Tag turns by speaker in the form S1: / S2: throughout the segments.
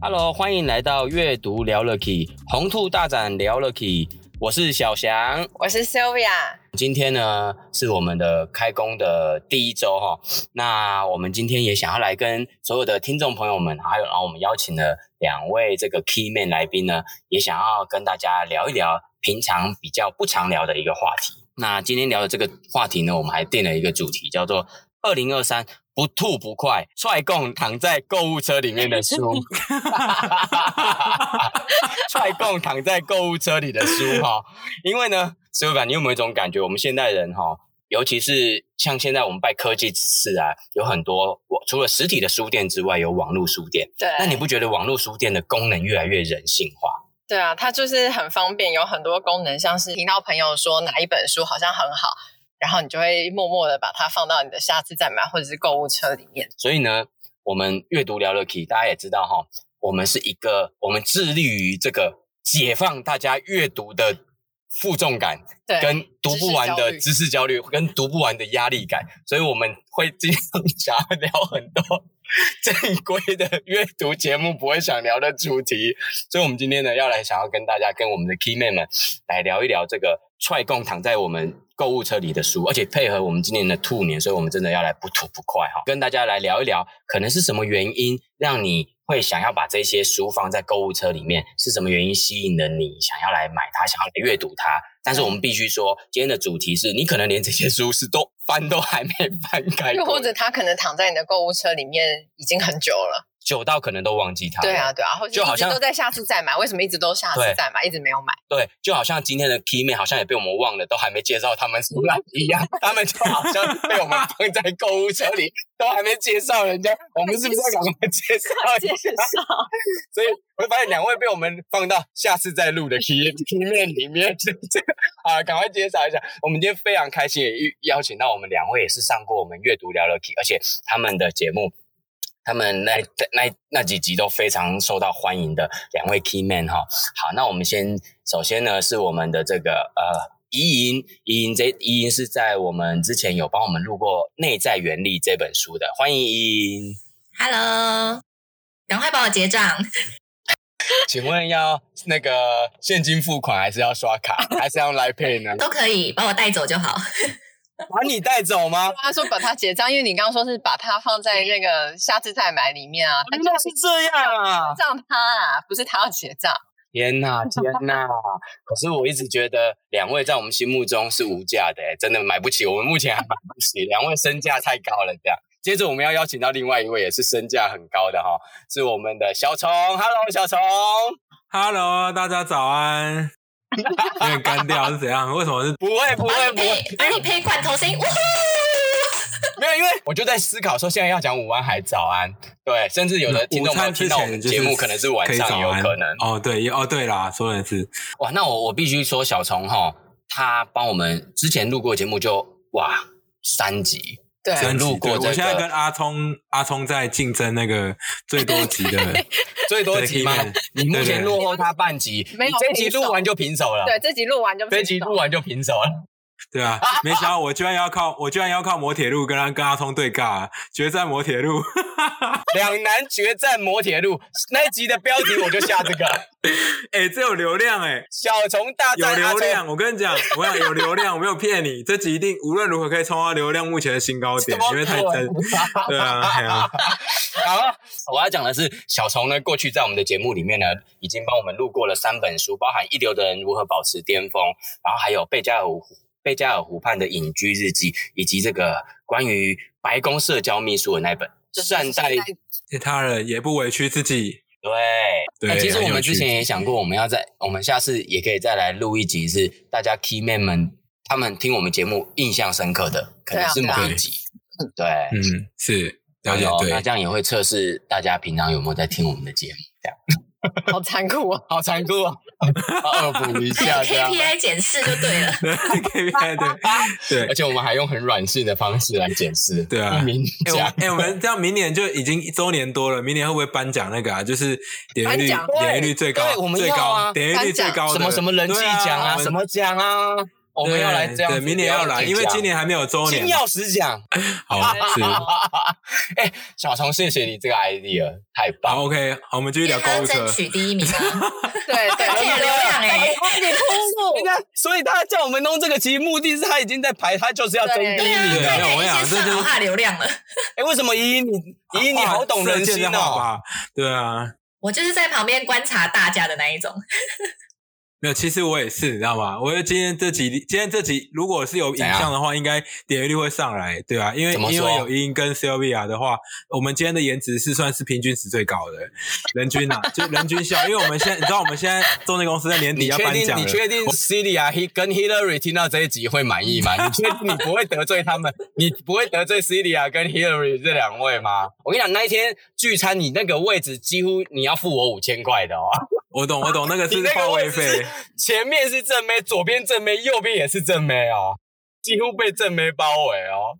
S1: Hello，欢迎来到阅读聊了 Key，红兔大展聊了 Key，我是小翔。
S2: 我是 Sylvia，
S1: 今天呢是我们的开工的第一周哈、那我们今天也想要来跟所有的听众朋友们，还有然后我们邀请了两位这个 key man 来宾呢，也想要跟大家聊一聊平常比较不常聊的一个话题。那今天聊的这个话题呢，我们还定了一个主题，叫做“二零二三不吐不快，踹供躺在购物车里面的书”。踹供躺在购物车里的书哈、因为呢，师傅感，你有没有一种感觉，我们现代人哈、尤其是像现在我们拜科技是啊，有很多我除了实体的书店之外，有网络书店。
S2: 对，
S1: 那你不觉得网络书店的功能越来越人性化？
S2: 对啊，它就是很方便，有很多功能，像是听到朋友说哪一本书好像很好，然后你就会默默的把它放到你的下次再买或者是购物车里面。
S1: 所以呢，我们阅读聊了 key，大家也知道哈、我们是一个我们致力于这个解放大家阅读的负重感，
S2: 对，
S1: 跟读不完的知
S2: 知
S1: 识焦虑，跟读不完的压力感，所以我们会经常想要聊很多正规的阅读节目不会想聊的主题。所以，我们今天呢，要来想要跟大家跟我们的 key man 们来聊一聊这个踹供躺在我们购物车里的书，而且配合我们今年的兔年，所以我们真的要来不吐不快哈、跟大家来聊一聊，可能是什么原因让你会想要把这些书放在购物车里面，是什么原因吸引了你想要来买它，想要来阅读它？但是我们必须说，今天的主题是你可能连这些书是都翻都还没翻开
S2: 又
S1: 过，
S2: 或者它可能躺在你的购物车里面已经很久了。
S1: 久到可能都忘记它。
S2: 对啊，，对啊，或者
S1: 就好
S2: 一直
S1: 像
S2: 都在下次再买，为什么一直都下次
S1: 对
S2: 再买，一直没有 买？
S1: 对，就好像今天的 key man 好像也被我们忘了，都还没介绍他们出来一样，他们就好像被我们放在购物车里，都还没介绍人家，我们是不是要赶快介绍一下？
S2: 啊
S1: 所以我会发现两位被我们放到下次再录的 key key man 里面，这这个啊，赶快介绍一下。我们今天非常开心，也邀请到我们两位也是上过我们阅读聊聊 key，而且他们的节目。他们那那那几集都非常受到欢迎的两位 key man 哈，好，那我们先首先呢是我们的这个呃怡莹，怡莹这怡莹是在我们之前有帮我们录过《内在原理》这本书的，欢迎怡莹。
S3: Hello，赶快帮我结账。
S1: 请问要那个现金付款，还是要刷卡，还是要来配呢？
S3: 都可以把我带走就好。
S1: 把你带走吗？
S2: 他说把它结账，因为你刚刚说是把它放在那个下次再买里面啊，他
S1: 原
S2: 就
S1: 来是这样啊！
S2: 让它啊，不是他要结账。
S1: 天哪，天哪！可是我一直觉得两位在我们心目中是无价的、欸，真的买不起，我们目前还买不起，两位身价太高了，这样。接着我们要邀请到另外一位也是身价很高的哈，是我们的小虫，Hello，小虫。
S4: Hello，大家早 安。有点干掉是怎样？为什么是
S1: 不会，不
S3: 把
S1: 会，
S3: 你
S1: 不会，
S3: 配把你配罐头声音，哇呼！
S1: 没有，因为我就在思考说，现在要讲午安还早安，对，甚至有的听
S4: 嗯午
S1: 众朋友
S4: 餐之
S1: 听到我
S4: 前
S1: 们
S4: 就是
S1: 节目可能是晚
S4: 以
S1: 上
S4: 早
S1: 也有
S4: 安
S1: 可能。
S4: 哦，对，也哦对啦，说的是
S1: 哇，那我我必须说小虫哈，他帮我们之前录过节目就哇三集，
S2: 对，
S1: 真录哎过
S4: 对
S1: 这个
S4: 我现在跟阿聪阿聪在竞争那个最多集 的
S1: 最多集吗
S4: 对？
S1: 你目
S4: 对
S1: 前
S4: 对
S1: 落后他半集，
S2: 没有
S1: 你这集录完就平手了。
S2: 对，这集录完就
S1: 这集录完就平手了。
S4: 对啊，没想到我居然要靠我居然要靠摩铁路跟他跟阿聪对尬，决战摩铁路。
S1: 两难决战摩铁路那一集的标题我就下这个
S4: 哎、这有流量哎、
S1: 小虫大
S4: 有
S1: 战阿
S4: 流量！
S1: 聪。
S4: 我跟你讲，我想有流量，我没有骗你，这集一定无论如何可以冲到流量目前的新高
S1: 怎
S4: 点
S1: 么，
S4: 因为太
S1: 可
S4: 真
S1: 能。
S4: 对啊，哎呀、
S1: 好了，我要讲的是，小虫呢，过去在我们的节目里面呢，已经帮我们录过了三本书，包含《一流的人如何保持巅峰》，然后还有贝加尔湖贝加尔湖畔的隐居日记，以及这个关于白宫社交秘书的那本
S2: 就
S1: 《
S2: 是
S1: 善待
S2: 善待
S4: 他人也不委屈自己。
S1: 对，
S4: 对
S1: 那其实
S4: 很
S1: 我们
S4: 有趣
S1: 之前也想过，我们要在我们下次也可以再来录一集，是大家 key man 们他们听我们节目印象深刻的，可能是
S2: 对
S1: 某
S2: 啊
S1: 一集。对，
S4: 嗯，是了解
S1: 有，
S4: 对
S1: 那这样也会测试大家平常有没有在听我们的节目。这样，
S2: 好残酷啊！
S1: 好残酷啊！要恶补一下这样。
S3: KPI 检视就对了。
S4: KPI 对
S1: 而
S4: 对
S1: 且我们还用很软性的方式来检视，
S4: 对啊
S1: 不明
S4: 哎、我
S1: 讲
S4: 们哎、我们这样明年就已经一周年多了，明年会不会颁奖那个啊？就是点阅率
S2: 颁奖
S4: 点阅率最高，
S1: 对我们
S4: 最
S1: 要啊
S4: 高点阅率最高
S1: 什
S4: 的
S1: 么什么人气
S4: 对啊
S1: 奖啊，
S4: 我们
S1: 什么奖啊，我们要来这样子的
S4: 对，对明年要来，
S1: 奖
S4: 因为今年还没有周
S1: 金
S4: 年嘛。
S1: 钥匙奖。
S4: 好，是，
S1: 哎，小虫，谢谢你这个 idea，太棒
S4: 好
S1: 了！
S4: ，OK，好，我们继续
S3: 因
S4: 聊
S3: 为他
S4: 购物
S3: 要
S4: 车
S3: 争。取第一名啊，
S2: 对对，
S3: 而且有流量哎，
S2: 你
S1: 人
S2: 铺路，
S1: 家，所以他叫我们弄这个题，目的是他已经在排，他就是要争第一
S3: 对啊，
S1: 名
S4: 对
S1: 了。
S3: 对，
S4: 没有我
S3: 可以
S4: 想
S3: 先
S4: 这
S3: 算
S4: 就是
S3: 好他的流量了。
S1: 哎，为什么依依你依依你好懂人心
S4: 射箭在画
S1: 哦？
S4: 吧？对啊，
S3: 我就是在旁边观察大家的那一种，
S4: 没有，其实我也是，你知道吗？我觉得今天这集，
S1: 嗯
S4: 今天这集如果是有影像的话，应该点阅率会上来，对啊，因为
S1: 怎么说
S4: 因为有音跟 Sylvia 的话，我们今天的颜值是算是平均值最高的，人均啊，就人均效，因为我们现在你知道我们现在中介公司在 年底
S1: 你
S4: 要
S1: 确
S4: 颁
S1: 定
S4: 奖
S1: 你
S4: 了。
S1: 确定 Celia He- 跟 Hillary 听到这一集会满意 吗？你确定你不会得罪他们？你不会得罪 Celia 跟 Hillary 这两位吗？我跟你讲，那一天聚餐你那个位置几乎你要付我五千块的哦。
S4: 我懂，我懂，那个
S1: 你
S4: 是
S1: 那
S4: 话
S1: 个
S4: 位
S1: 位置
S4: 费
S1: 是，前面是正妹，左边正妹，右边也是正妹哦，几乎被正妹包围哦。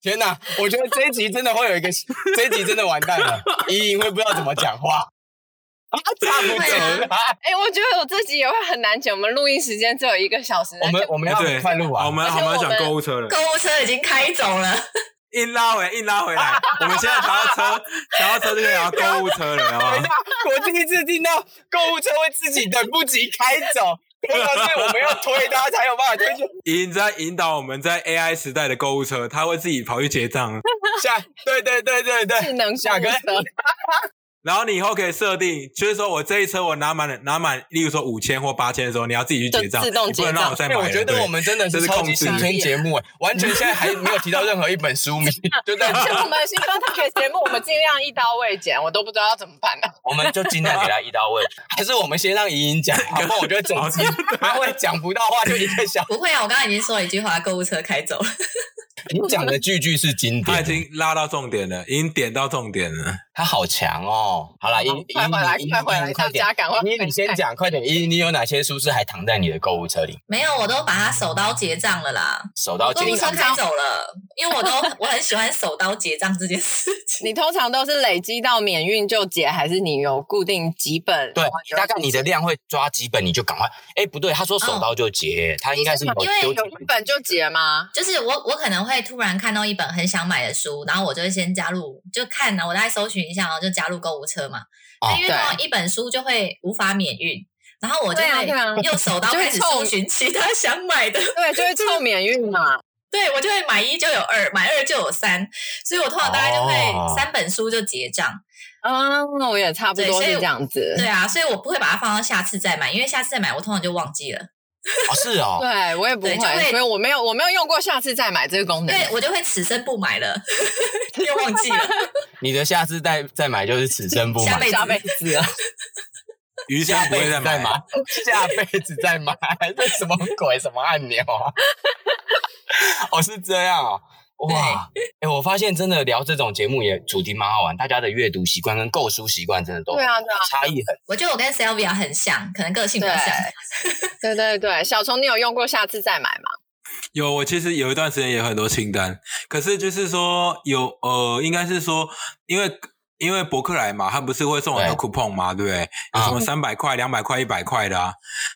S1: 天哪，我觉得这一集真的会有一个， 这一集真的完蛋了，莹莹会不知道怎么讲话， 啊，差不多
S3: 对
S1: 了。
S2: 哎，我觉得我自己也会很难剪，我们录音时间只有一个小时，
S1: 我们我们要
S4: 哎对
S1: 很快录完，
S4: 好，我们
S2: 而且
S4: 好，我们要
S2: 我
S4: 讲
S2: 们
S4: 购物车了
S3: 购，物车已经开走了。
S4: 硬拉回，硬拉 回来，我们现在讲到车，讲到车就可以聊购物车了，好不好
S1: 等一下， 我第一次听到购物车会自己等不及开走，通常是我们要推它才有办法推进
S4: 引在引导我们在 AI 时代的购物车，他会自己跑去结账，
S1: 下。对对对对
S2: 智
S1: 对，
S2: 能
S1: 下个
S2: 购 物车
S4: 然后你以后可以设定，就是说我这一车我拿满了拿满，例如说五千或八千的时候，你要自己去结账，
S2: 就自动
S4: 你不
S2: 结
S4: 能
S2: 账
S4: 让我再买
S1: 哎，
S4: 了。
S1: 我觉得
S4: 对
S1: 我们真的
S4: 这
S1: 是
S4: 是
S1: 超
S4: 控
S1: 级
S4: 制
S1: 小天节目，哎，完全现在还没有提到任何一本书 名，就在
S2: 像 我们新歌特别节目，我们尽量一刀未剪，我都不知道要怎么办啊 呢、
S1: 我们就尽量给他一刀位，还是我们先让莹莹讲，好不然我觉得整集他会讲不到话，就一个小时。
S3: 不会啊，我刚刚已经说了一句话，购物车开走了。
S1: 你讲的句句是经
S4: 他已
S1: 典，
S4: 经拉到重点了，已经点到重点 了。
S1: 他好强哦！好啦，莹莹，
S2: 快回来
S1: 莹莹
S2: 快回来
S1: 莹莹快
S2: 大
S1: 点
S2: 家赶快
S1: 你你先讲，快点！莹莹，你有哪些书是还躺在你的购物车里？
S3: 没有，我都把它手刀结账了啦。
S1: 手到
S3: 购
S1: 结
S3: 物车
S1: 账，
S3: 开走了，因为我都我很喜欢手刀结账这件事情。
S2: 你通常都是累积到免运就结，还是你有固定几本？
S1: 对
S2: 然后，就
S1: 大概你的量会抓几本，你就赶快。哎，不对，他说手刀就结，他应该是有
S3: 因为
S1: 丢
S2: 有
S1: 几
S2: 一
S1: 本。
S2: 本就结吗？
S3: 就是我，我可能会突然看到一本很想买的书，然后我就会先加入，就看啊呢，我大概搜寻一下，然后就加入购物车嘛。
S1: 哦
S3: 那因为
S2: 对
S3: 通常一本书就会无法免运，然后我就
S2: 对啊
S3: 会
S2: 对啊
S3: 用手刀
S2: 就会
S3: 开始
S2: 凑
S3: 搜寻其他想买的。
S2: 对，就会 凑免运嘛。
S3: 对我就会买一就有二，买二就有三，所以我通常大概就
S1: 哦
S3: 会三本书就结账。
S2: 嗯，我也差不
S3: 对
S2: 多
S3: 所以
S2: 是这样子。
S3: 对啊，所以我不会把它放到下次再买，因为下次再买我通常就忘记了，
S1: 哦，是哦，
S2: 对我也不
S3: 对就会
S2: 会，所以我没有我没有用过，下次再买这个功
S3: 因
S2: 能。
S3: 为我就会此生不买了， 又忘记了。
S1: 你的下次再再买就是此生不
S3: 下
S1: 买，
S3: 辈
S2: 下辈
S3: 子
S2: 子啊，
S4: 余生不会再买，
S1: 买，下辈子再买，这什么鬼？什么按钮啊？ 哦，是这样哦。哇，哎、我发现真的聊这种节目也主题蛮好玩，大家的阅读习惯跟购书习惯真的都
S2: 对啊对啊
S1: 差异很。
S3: 我觉得我跟 Sylvia 很像，可能个性比较像。
S2: 对对对，小虫，你有用过下次再买吗？
S4: 有，我其实有一段时间也有很多清单，可是就是说有呃，应该是说，因为因为博客来嘛，他不是会送很多 coupon 嘛，对不对？有什么三百块、两百块、一百块的啊。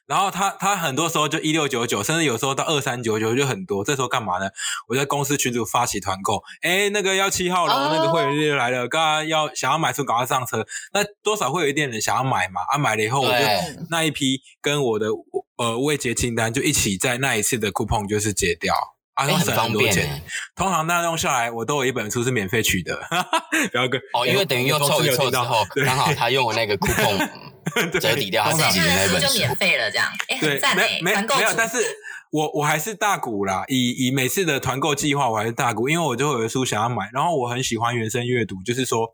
S4: 然后他他很多时候就一六九九，甚至有时候到二三九九就很多。这时候干嘛呢？我在公司群组发起团购，哎，那个要七号楼、那个会员日来了，刚刚要想要买书，赶快上车。那多少会有一点人想要买嘛？啊，买了以后我就
S1: 对，
S4: 那一批跟我的呃未结清单就一起在那一次的 coupon 就是结掉，啊，
S1: 哎
S4: 省
S1: 很方
S4: 多
S1: 便、
S4: 钱。
S1: 欸、
S4: 通常那用下来，我都有一本书是免费取得， 不要跟
S1: 哦，因为等于又凑一凑之 后，
S4: 对
S1: 刚好他用我那 个 coupon 折抵掉他
S3: 所
S1: 自己
S3: 以他
S1: 的那
S3: 的书
S1: 本
S3: 就
S1: 书。
S3: 免费了，这样，哎，
S4: 对
S3: 很赞哎
S4: 没，没
S3: 团购
S4: 没有，
S3: 组
S4: 但是我我还是大股啦，以以每次的团购计划我还是大股，因为我就会有的书想要买，然后我很喜欢原声阅读，就是说，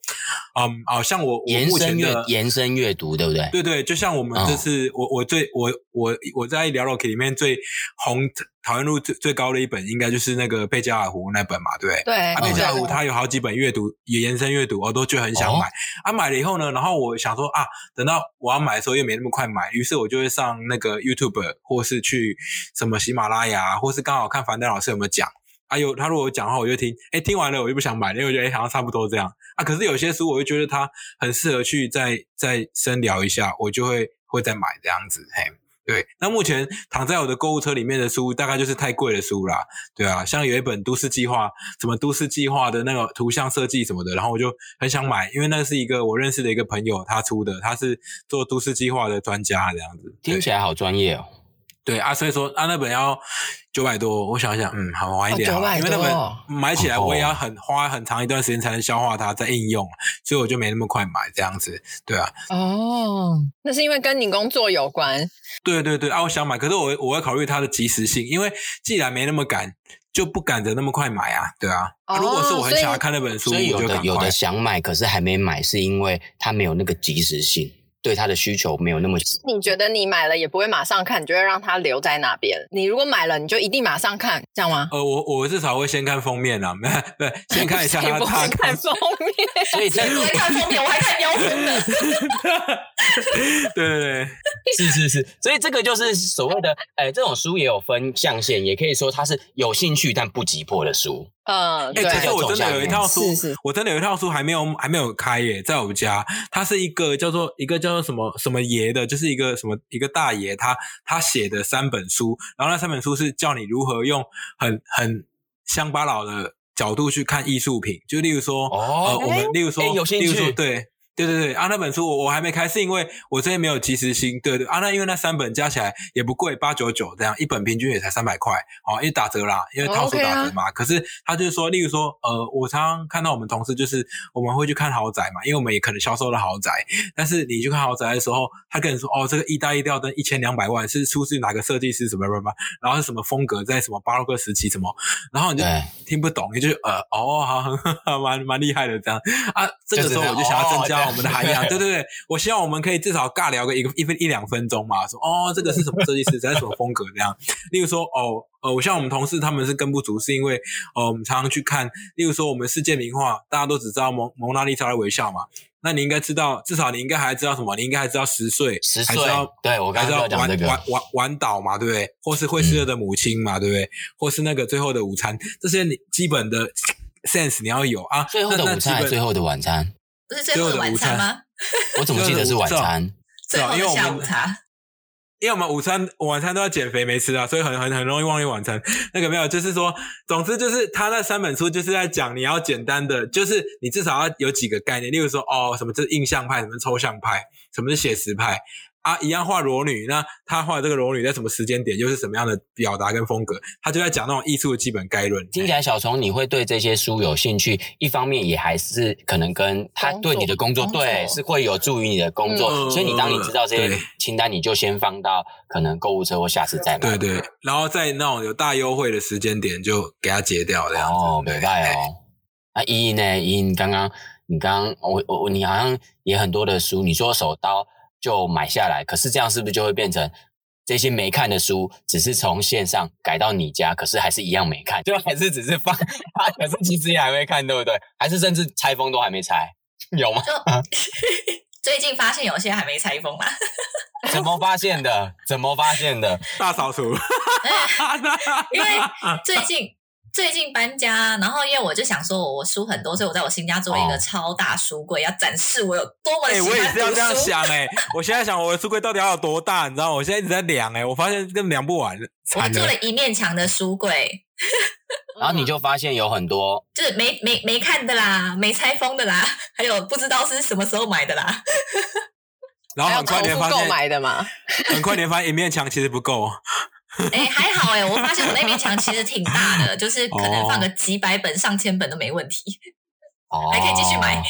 S4: 嗯，好、像我我
S1: 延
S4: 目
S1: 伸
S4: 前
S1: 阅
S4: 的
S1: 延伸阅读，对不对？
S4: 对对，就像我们
S1: 嗯
S4: 这次，我我最我我我在 l o k 里面最红讨论度最最高的一本，应该就是那个贝加尔湖那本嘛，对不对？
S2: 对，
S4: 啊，贝加尔湖它有好几本阅读也延伸阅读，我、都觉得很想买。
S1: 哦
S4: 啊，买了以后呢，然后我想说啊，等到我要买的时候又没那么快买，于是我就会上那个 YouTube 或是去什么喜马拉雅，啊或是刚好看樊登老师有没有讲。啊有他如果有讲的话，我就听。哎，听完了我就不想买了，因为我觉得哎好像差不多这样啊。可是有些书我就觉得它很适合去再再深聊一下，我就会会再买这样子。嘿，对。那目前躺在我的购物车里面的书，大概就是太贵的书啦。对啊，像有一本《都市计划》，什么《都市计划》的那个图像设计什么的，然后我就很想买，因为那是一个我认识的一个朋友他出的，他是做都市计划的专家这样子。
S1: 听起来好专业哦。
S4: 对啊，所以说啊，那本要九百多，我想一想，嗯，好晚一点
S2: 哦
S4: 好了，
S2: 900
S4: 因为那
S2: 多
S4: 本买起来我也要很花很长一段时间才能消化它，再应用，所以我就没那么快买这样子，对啊，
S2: 哦，那是因为跟你工作有关，
S4: 对对对啊，我想买，可是我我会考虑它的及时性，因为既然没那么赶，就不赶着那么快买啊，对啊，啊
S2: 哦
S4: 如果是我很想
S2: 所
S4: 要
S2: 以
S4: 看那本书，
S1: 所以有
S4: 我就
S1: 的
S4: 赶
S1: 有
S4: 快
S1: 的。想买，可是还没买，是因为它没有那个及时性，对它的需求没有那 么强。
S2: 你觉得你买了也不会马上看，你就会让它留在那边。你如果买了，你就一定马上看，这样吗？
S4: 呃，我我至少会先看封面啊， 没对，先看一下
S2: 谁
S4: 它
S2: 不
S4: 它
S2: 会看封面。
S1: 所以这
S3: 我还看封面，我还看标准的。
S4: 对对对，
S1: 是是是，所以这个就是所谓的，哎、这种书也有分象限，也可以说它是有兴趣但不急迫的书。
S2: 嗯，
S4: 哎、
S2: 对，
S4: 可是我真的有一套书，
S2: 是是
S4: 我真的有一套书还没有还没有开耶，在我们家，它是一个叫做一个叫做什么什么爷的，就是一个什么一个大爷，他他写的三本书，然后那三本书是教你如何用很很乡巴佬的角度去看艺术品，就例如说，
S1: 哦
S4: 呃，我们例如说，
S1: 哎有兴
S4: 例如
S1: 趣
S4: 说，对。对对对，啊，那本书我我还没开，是因为我之前没有及时性。对对啊，那因为那三本加起来也不贵，八九九这样，一本平均也才三百块，哦，因为打折啦，因为
S1: 哦
S4: 套数
S2: OK 啊
S4: 打折嘛。可是他就是说，例如说，呃，我常常看到我们同事就是我们会去看豪宅嘛，因为我们也可能销售了豪宅，但是你去看豪宅的时候，他跟你说，哦，这个意大利吊灯一千两百万是出自哪个设计师什么什么什么，然后是什么风格，在什么巴洛克时期什么，然后你就
S1: 对
S4: 听不懂，你就呃哦，好，很蛮蛮厉害的这样 啊。这个时候我就想要增加我们的涵 养，
S1: 就
S4: 对对对，我希望我们可以至少尬聊个一个一分一两分钟嘛，说哦，这个是什么设计师，这是什么风格这样。 例如说哦呃，我像我们同事他们是跟不足，是因为呃我们常常去看，例如说我们世界名画，大家都只知道蒙蒙娜丽莎的微笑嘛。那你应该知道，至少你应该还知道什么？你应该还知道十岁，
S1: 十
S4: 还
S1: 岁
S4: 知道，
S1: 对我
S4: 还
S1: 刚刚
S4: 是
S1: 就
S4: 要
S1: 要
S4: 玩
S1: 讲这
S4: 玩
S1: 个嗯
S4: 玩，玩岛嘛，对不对？或是会吃热的母亲嘛，对不对？或是那个最后的午餐，这些你基本的 sense 你要有啊。
S1: 最后的
S4: 那那
S1: 午餐还
S4: 基
S1: 是
S4: 本
S1: 最后的晚餐，
S3: 不是最后的晚餐吗？
S1: 我怎么记得是晚餐？
S4: 是
S3: 最
S4: 啊
S3: 后
S4: 因为
S3: 的
S4: 我
S3: 下午
S4: 们
S3: 茶，
S4: 因为我们午餐晚餐都要减肥没吃啊，所以很很很容易忘记晚餐。那个没有，就是说，总之就是他那三本书就是在讲你要简单的，就是你至少要有几个概念，例如说哦，什么这是印象派，什么是抽象派，什么是写实派。啊，一样画裸女，那他画的这个裸女在什么时间点，又是什么样的表达跟风格？他就在讲那种艺术的基本概论。
S1: 听起来小虫你会对这些书有兴趣，一方面也还是可能跟他
S2: 工作
S1: 对你的工作，
S2: 工作
S1: 对是会有助于你的工作，
S4: 嗯
S1: 所以你当你知道这些
S4: 对
S1: 清单，你就先放到可能购物车或下次再买。
S4: 对对，然后在那种有大优惠的时间点就给它截掉这样子。
S1: 哦，
S4: 对
S1: 明白。 哦。啊，依依呢？依依，你刚刚你刚刚我我我你好像也很多的书，你说手刀就买下来，可是这样是不是就会变成这些没看的书，只是从线上改到你家，可是还是一样没看， 就还是只是放，啊、可是其实也还没看，对不对？还是甚至拆封都还没拆，有 吗？
S3: 就最近发现有些还没拆封啦。
S1: 怎么发现的？怎么发现的？
S4: 大扫除，
S3: 因为最近最近搬家，然后因为我就想说我，我书很多，所以我在我新家做一
S1: 哦
S3: 个超大书柜，要展示我有多么
S4: 哎、
S3: 的喜
S4: 我也
S3: 欢
S4: 是要
S3: 读
S4: 这样
S3: 书。
S4: 想哎、我现在想我的书柜到底要有多大，你知道吗？我现在一直在量哎、我发现根本量不完，
S3: 我
S4: 惨
S3: 做
S4: 了
S3: 了。一面墙的书柜，
S1: 然后你就发现有很多
S3: 就是没没没看的啦，没拆封的啦，还有不知道是什么时候买的啦。
S4: 然
S2: 还
S4: 后
S2: 有
S4: 很快
S2: 重
S4: 你会
S2: 复
S4: 发
S2: 购
S4: 现，
S2: 买的嘛？
S4: 很快你会发现一 面墙其实不够。
S3: 哎、还好哎、我发现我那面墙其实挺大的，就是可能放个几百本、上千本都没问题。
S1: 哦，
S3: 还可以继续买。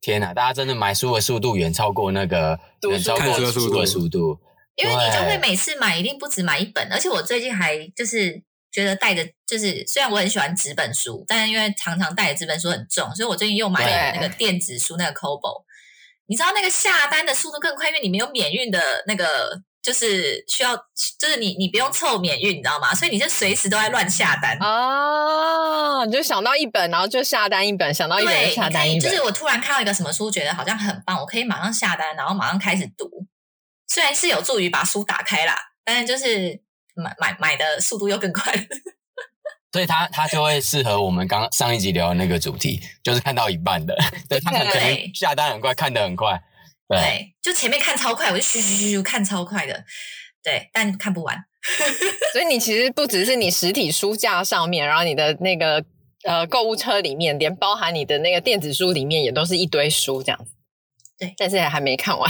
S1: 天哪，大家真的买书的速度远超过那个
S2: 读书
S1: 远超
S4: 看
S1: 过
S4: 书的速度
S1: 的速度，
S3: 因为你就
S1: 对
S3: 会每次买一定不止买一本，而且我最近还就是觉得带着，就是虽然我很喜欢纸本书，但因为常常带着纸本书很重，所以我最近又买了
S2: 对
S3: 那个电子书那个 Kobo。你知道那个下单的速度更快，因为你没有免运的那个就是需要，就是你你不用凑免运，你知道吗？所以你就随时都在乱下单。
S2: 哦，你就想到一本，然后就下单一本，想哦到一本
S3: 对，
S2: 就下
S3: 你可
S2: 单一
S3: 以
S2: 本，
S3: 就是我突然看到一个什么书，觉得好像很棒，我可以马上下单，然后马上开始读。虽然是有助于把书打开啦，但是就是买买买的速度又更快。
S1: 所以它它就会适合我们刚上一集聊的那个主题，就是看到一半的，对，它可能
S3: 对
S1: 下单很快，看得很快，对，啊
S3: 对，就前面看超快，我就咻咻咻咻看超快的，对，但看不完。
S2: 所以你其实不只是你实体书架上面，然后你的那个呃购物车里面，连包含你的那个电子书里面，也都是一堆书这样子。
S3: 对
S2: 但是还没看完。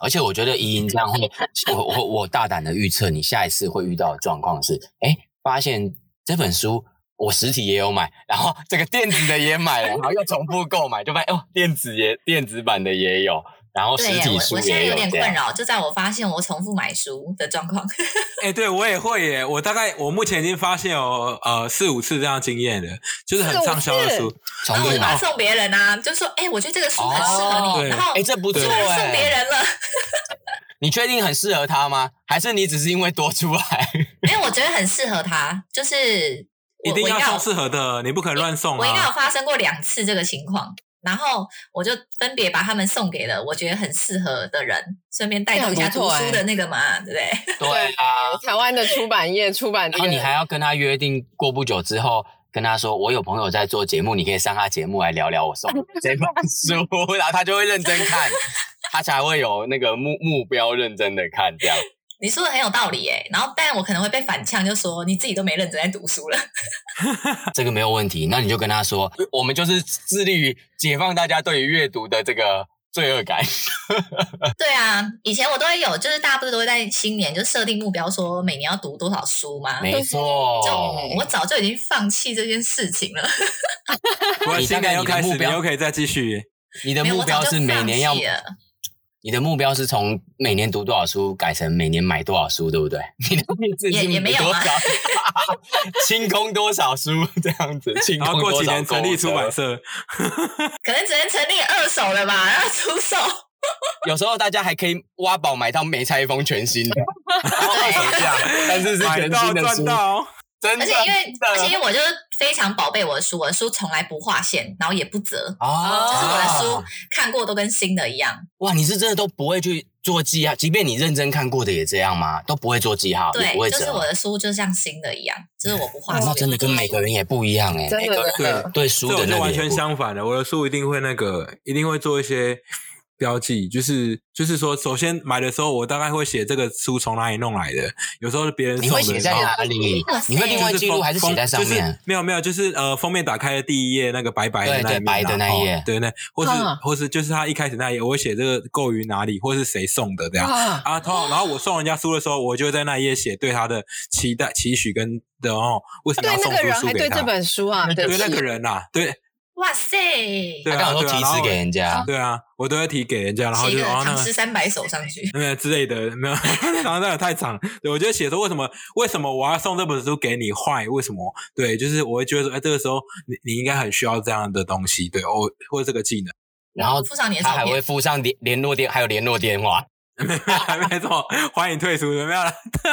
S1: 而且我觉得怡莹这样会，我我我大胆的预测，你下一次会遇到的状况是，哎，发现这本书我实体也有买，然后这个电子的也买了，然后又重复购买，就发现哦，电子也电子版的也有，然后实
S3: 对耶，
S1: 体
S3: 我
S1: 书
S3: 我现在
S1: 也
S3: 有点
S1: 这
S3: 困
S1: 样。
S3: 扰，就在我发现我重复买书的状况。
S4: 哎、对我也会耶，我大概我目前已经发现有呃四五次这样的经验了，就是很
S2: 四五
S4: 畅销的
S2: 次
S4: 书，
S1: 重
S3: 然后我
S1: 复
S3: 就把它
S1: 买，
S3: 送别人啊，就说哎、我觉得这个书很适
S1: 哦
S3: 合你，然后
S1: 哎，这不错
S3: 就把它送别
S1: 哎，
S3: 人了。
S1: 你确定很适合他吗？还是你只是因为多出来？
S3: 因为我觉得很适合他，就是我
S4: 一定
S3: 我
S4: 要
S3: 应该有
S4: 送适合的，你不可以乱送
S3: 我应该有
S4: 啊。
S3: 发生过两次这个情况，然后我就分别把他们送给了我觉得很适合的人，顺便带动一下
S2: 这
S3: 读
S2: 样不错
S3: 书的那个
S1: 哎
S3: 嘛，对不对？
S1: 对啊，
S2: 台湾的出版业出版这
S1: 然
S2: 个，
S1: 后你还要跟他约定，过不久之后跟他说，我有朋友在做节目，你可以上他节目来聊聊我送你这本 书，然后他就会认真看，他才会有那个目目标认真的看这样。
S3: 你说的很有道理诶、然后但我可能会被反呛，就说你自己都没认真在读书了。
S1: 这个没有问题，那你就跟他说，我们就是致力于解放大家对于阅读的这个罪恶感。
S3: 对啊，以前我都会有，就是大家不是都会在新年就设定目标，说每年要读多少书吗？
S1: 没错
S3: 就，嗯我早就已经放弃这件事情了，
S4: 不过
S1: 你
S4: 新
S1: 大概
S4: 年又
S1: 你的
S4: 开始，
S1: 目
S4: 你
S1: 标
S4: 又可以再继续。
S1: 你的
S3: 没有，
S1: 目
S3: 我早
S1: 标
S3: 就是
S1: 每
S3: 放
S1: 年要，
S3: 弃了。
S1: 你的目标是从每年读多少书改成每年买多少书，对不 对？你的意志
S3: 也
S1: 是
S3: 也没有
S1: 多
S3: 啊
S1: 少，清空多少书这样子，清
S4: 然
S1: 空
S4: 后
S1: 多少
S4: 过几年成立出版
S1: 社。
S4: 社，
S3: 可能只能成立二手了吧，要出售。
S1: 有时候大家还可以挖宝买到没拆封全新的，然后二手价， 但是是全
S4: 买
S1: 新
S4: 到
S1: 的
S4: 赚
S1: 书，
S4: 到。
S1: 真的。
S3: 而且因为
S1: 真，的
S3: 而且因为我就是非常宝贝我的书，我的书从来不划线，然后也不折，
S1: 啊，
S3: 哦就是我的书看过都跟新的一样。
S1: 哇，你是真的都不会去做记号，即便你认真看过的也这样吗？都不会做记号，也
S3: 对
S1: 不会，
S3: 就是
S1: 折。啊
S3: 我的书就像新的一样，就是我不
S1: 哇
S3: 划
S1: 那
S3: 线。
S1: 真的跟每个人也不一样哎，
S2: 真
S1: 每
S2: 的
S1: 个人
S2: 真的
S4: 对
S1: 对书
S4: 这
S1: 的
S4: 我
S1: 那
S4: 就
S1: 个
S4: 完
S1: 也
S4: 全
S1: 不
S4: 相反的，我的书一定会那个，一定会做一些标记，就是就是说，首先买的时候，我大概会写这个书从哪里弄来的，有时候是别人
S1: 你
S4: 送
S1: 会
S4: 的，
S1: 写在
S4: 然后
S1: 哪里
S3: 哇？塞
S1: 你啊会另外
S4: 就是
S1: 记录
S4: 封
S1: 还是写
S4: 封
S1: 在上
S4: 就是
S1: 面？、
S4: 没有没有，就是呃，封面打开的第一页那个白白
S1: 对
S4: 的那
S1: 对
S4: 一面
S1: 白的
S4: 啊
S1: 那一
S4: 哦
S1: 页
S4: 对那或是、
S2: 啊
S4: 或是就是他一开始那一页，我会写这个购于哪里，或是谁送的这样。
S1: 嗯
S2: 啊，
S4: 啊，通常然后我送人家书的时候，我就在那一页写对他的期待、期许跟的哦，为什么
S2: 啊对那
S4: 要送
S2: 个
S4: 出
S2: 人
S4: 书
S2: 还
S4: 给
S2: 对
S4: 他？
S2: 这本书啊，对
S4: 对
S2: 不
S4: 那个
S2: 起
S4: 人呐、对
S3: 哇塞，
S4: 对
S1: 他
S4: 啊，
S1: 刚好都
S4: 对啊
S1: 提
S4: 然
S1: 示
S4: 后
S1: 给人家，
S4: 对啊，我都会提给人家，然后
S3: 写一
S4: 就
S3: 个
S4: 哦那
S3: 唐诗三百首上去。
S4: 那个之类的，没有， 然后那个太长。对，我就写说为什么为什么我要送这本书给你坏？为什么？对，就是我会觉得说，哎，这个时候你你应该很需要这样的东西，对，我或者这个技能。
S1: 然后
S3: 附上你的
S1: 哦他
S3: 照
S1: 还会
S3: 片，
S1: 附上联联络电，还有联络电话。
S4: 还没错，欢迎退出，没有了，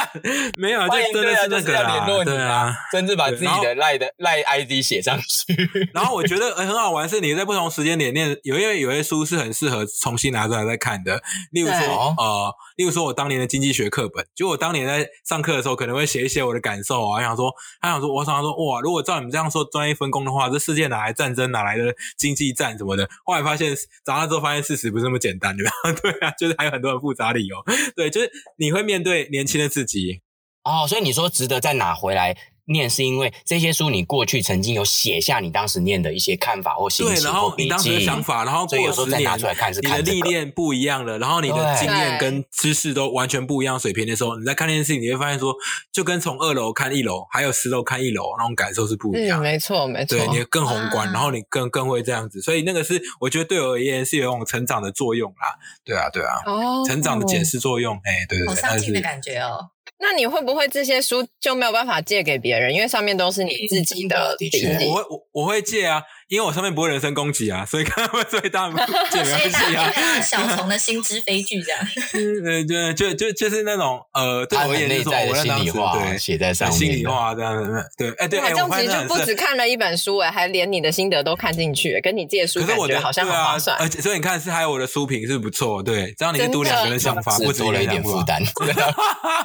S4: 没有啦，
S1: 欢
S4: 就
S1: 迎
S4: 真的
S1: 对啊
S4: 是那
S1: 就是
S4: 个
S1: 要
S4: 啦
S1: 联络，你
S4: 对啊。
S1: 甚至把
S4: 对
S1: 自己
S4: 然后
S1: 的赖的赖 ID 写上去。
S4: 然后我觉得呃很好玩，是你在不同时间点念，有因为有些书是很适合重新拿出来再看的。例如
S2: 对
S4: 说
S1: 哦，
S4: 呃，例如说我当年的经济学课本，就我当年在上课的时候，可能会写一些我的感受啊，想说，他想说，我想说，哇，如果照你们这样说专业分工的话，这世界哪来战争，哪来的经济战什么的？后来发现，长大之后发现事实不是那么简单，对吧？ 对啊，就是还有很多很复杂理由。对，就是你会面对年轻的自己，
S1: 哦，所以你说值得再拿回来念，是因为这些书你过去曾经有写下你当时念的一些看法或心
S4: 对，
S1: 情
S4: 然
S1: 或
S4: 后
S1: 笔
S4: 你当时的
S1: 记，
S4: 想法，然后
S1: 所以
S4: 过
S1: 有
S4: 了
S1: 时
S4: 十
S1: 候再拿
S4: 年
S1: 出。来看是
S4: 你的
S1: 看这
S4: 历
S1: 个。
S4: 练不一样了，然后你的
S1: 对
S4: 经
S2: 对
S4: 验跟知识都完全不一样，水平的时候，你在看电视，你会发现说，就跟从二楼看一楼，还有十楼看一楼那种感受是不一
S2: 嗯，
S4: 样的。
S2: 没错没错
S4: 对，，你更宏观，
S1: 嗯
S3: 啊
S4: 然后你更更会这样子，所以那个是我觉得对我而言是有一种成长的作用啦。对啊，对啊，
S2: 哦
S4: 成长的检视作用，哎，对对
S3: 好
S4: 对，
S3: 上
S4: 但
S3: 进的
S4: 是
S3: 感觉哦。
S2: 那你会不会这些书就没有办法借给别人，因为上面都是你自己的
S1: 嗯的
S2: 笔
S1: 确
S2: 记
S4: 我？我会我我会借啊，因为我上面不会人身攻击啊，所以看他们最 大 没关
S3: 所以大
S4: 系
S3: 家
S4: 啊。
S3: 觉得小虫的心之飞剧这样，
S4: 对对，就就就是那种呃，对
S1: 他
S4: 我而
S1: 很
S4: 言就
S1: 内
S4: 是说
S1: 在
S4: 我
S1: 的
S4: 那
S1: 心
S4: 当
S1: 里
S4: 时
S1: 话
S4: 对
S1: 写在上面，
S4: 心里话这样子，对，哎对，
S2: 哇
S4: 哎
S2: 这样
S4: 我发
S2: 子
S4: 现
S2: 就
S4: 很
S2: 不
S4: 深
S2: 只看了一本书哎，还连你的心得都看进去，跟你借书
S4: 可
S2: 感
S4: 是我
S2: 觉
S4: 的
S2: 好像
S4: 对
S2: 很
S4: 啊
S2: 划算，。
S4: 而且所以你看，是还有我的书评是不错，对，这样你是多
S2: 真的
S4: 两个人想法，不
S1: 是
S4: 止
S1: 多了一
S4: 个人
S1: 点
S4: 想
S1: 负
S4: 法。
S1: 担。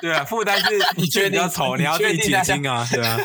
S4: 对啊，负担是
S1: 你确定
S4: 比较丑，
S1: 你
S4: 你要自己
S1: 确定大
S4: 减
S1: 家
S4: 轻啊，对啊。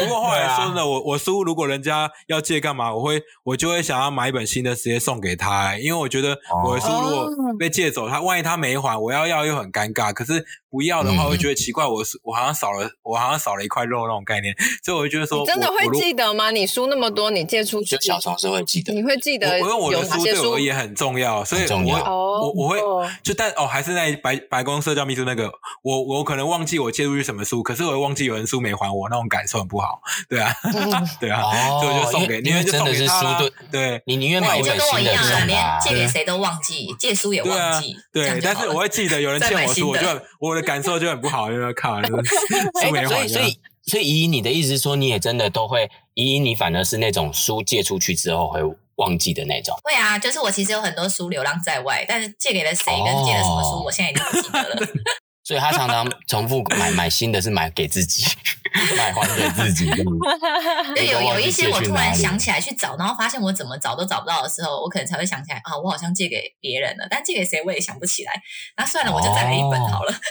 S4: 不过后来说真的，我我书如果人家要借干嘛，我会我就会想要买一本新的直接送给他、欸因为我觉得我的书如
S2: 哦
S4: 果被借走，他万一他没还，我要要又很尴尬。可是不要的话，
S1: 嗯
S4: 会觉得奇怪，我是我好像少了我好像少了一块肉那种概念，所以我就觉得说
S2: 你
S4: 我，
S2: 真的
S4: 我
S2: 会
S4: 如
S2: 记得吗？你书那么多，你借出去
S1: 就，小虫是会记得，
S2: 你会记
S4: 我
S2: 得
S4: 我因为我
S2: 有
S4: 的
S2: 哪
S4: 书
S2: 些
S4: 对我
S2: 书
S4: 而？言很重要，所以
S1: 很重要
S4: 我
S2: 哦
S4: 我我会
S2: 哦
S4: 就但哦，还是那白白宫社交秘书那个，我我可能忘记我借出去什么书，可是我会忘记有人书没还我，那种感受很不好，对啊， 对啊，
S1: 哦
S4: 所以我就送给，
S1: 因为因为
S4: 就
S1: 真
S4: 送
S1: 的
S4: 给
S1: 是
S4: 他
S1: 书
S4: 啦
S1: 对，
S4: 对。
S1: 你宁愿
S3: 哇
S1: 买
S3: 我
S1: 一
S3: 就
S1: 本
S3: 跟我
S1: 新
S3: 一
S1: 的
S3: 样啊，
S1: 送
S3: 连
S1: 他。
S3: 借给谁都忘记，借书也
S4: 对啊
S3: 忘记，，这
S4: 对，
S3: 样就
S4: 但
S3: 好
S4: 是
S3: 了
S4: 我会记得有人
S3: 再买
S4: 欠我
S3: 新
S4: 书，我
S3: 的
S4: 就很我的感受就很不好，因为 靠，就是
S1: 哎
S4: 书没
S1: 所
S4: 还
S1: 以所
S4: 这样
S1: 以所以，依你的意思是说，你也真的都会依你反而是那种书借出去之后会忘记的那种。
S3: 会啊，就是我其实有很多书流浪在外，但是借给了谁跟借了什么
S1: 哦
S3: 书，我现在已经不记得了。
S1: 所以他常 常重复买买新的，是买给自己， 买还给自己。这样
S3: 就有
S1: 都哎忘
S3: 有
S1: 记
S3: 一些
S1: 借
S3: 我
S1: 去
S3: 突
S1: 哪
S3: 然
S1: 里
S3: 想起来去找，然后发现我怎么找都找不到的时候，我可能才会想起来啊，我好像借给别人了，但借给谁我也想不起来。那算了，我就再买一本好了。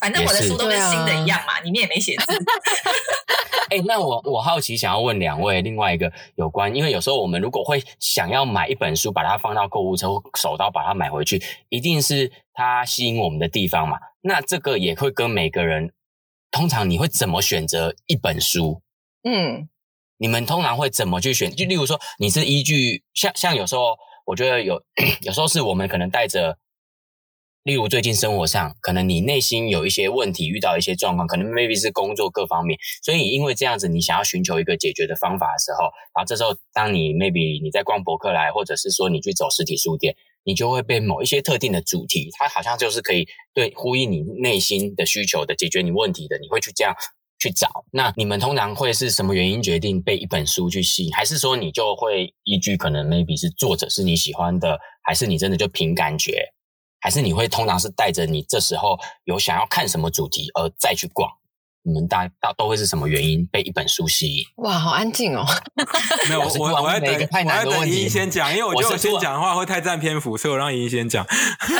S3: 反正我的
S1: 哦也是
S3: 书都跟
S2: 对啊
S3: 新的一样嘛，里面也没写字。
S1: 哎、那我我好奇想要问两位另外一个有关，因为有时候我们如果会想要买一本书，把它放到购物车或手刀把它买回去，一定是它吸引我们的地方嘛。那这个也会跟每个人，通常你会怎么选择一本书？
S2: 嗯，
S1: 你们通常会怎么去选？就例如说，你是依据像像有时候，我觉得有 有时候是我们可能带着，例如最近生活上，可能你内心有一些问题，遇到一些状况，可能 maybe 是工作各方面，所以你因为这样子，你想要寻求一个解决的方法的时候，然后这时候当你 maybe 你在逛博客来，或者是说你去走实体书店，你就会被某一些特定的主题，它好像就是可以对呼应你内心的需求的，解决你问题的，你会去这样去找。那你们通常会是什么原因决定被一本书去吸引？还是说你就会依据可能 maybe 是作者是你喜欢的，还是你真的就凭感觉？还是你会通常是带着你这时候有想要看什么主题而再去逛？你们大大都会是什么原因被一本书吸引？
S2: 哇，好安静哦。
S4: 没有，我
S1: 我是突
S4: 我
S1: 然
S4: 我要
S1: 问了一
S4: 等
S1: 个太
S4: 我
S1: 难
S4: 要
S1: 的
S4: 等
S1: 问
S4: 莹
S1: 题
S4: 莹先讲，因为我
S1: 我
S4: 觉得
S1: 是
S4: 我先
S1: 突然
S4: 讲的话会太占篇幅，所以我让莹莹先讲。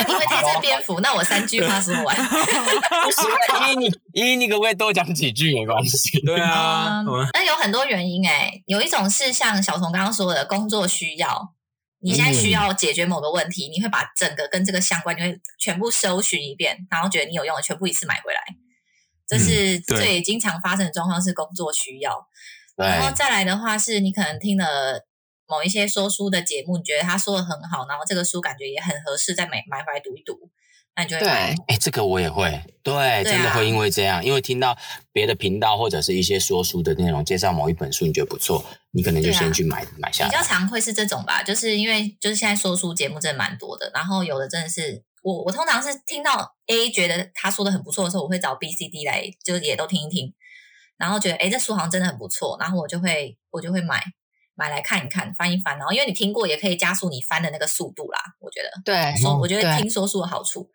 S3: 因为太占篇幅，那我三句话说完。
S1: 不行，依你依你可不可以多讲几句没关系？
S4: 对啊，我们
S3: 那有很多原因哎、有一种是像小虫刚刚说的工作需要，你现在需要解决某个问题，你会把整个跟这个相关，你会全部搜寻一遍，然后觉得你有用的全部一次买回来。这是
S4: 对
S3: 最经常发生的状况是工作需要，然后
S1: 对，
S3: 再来的话是你可能听了某一些说书的节目，你觉得他说的很好，然后这个书感觉也很合适，再买买回来读一读，那你就会买
S2: 对，
S1: 哎，这个我也会，对，真
S3: 啊
S1: 的会因为这样，因为听到别的频道或者是一些说书的内容介绍某一本书，你觉得不错，你可能就
S3: 对啊
S1: 先去买买下
S3: 比较
S1: 来。
S3: 常会是这种吧，就是因为就是现在说书节目真的蛮多的，然后有的真的是我我通常是听到 A 觉得他说的很不错的时候，我会找 B、C、D 来就是也都听一听，然后觉得诶这书好像真的很不错，然后我就会我就会买买来看一看翻一翻，然后因为你听过也可以加速你翻的那个速度啦，我觉得
S2: 对，
S1: 嗯
S3: 说
S1: 哦
S3: 我觉得
S2: 对
S3: 听说书的好处。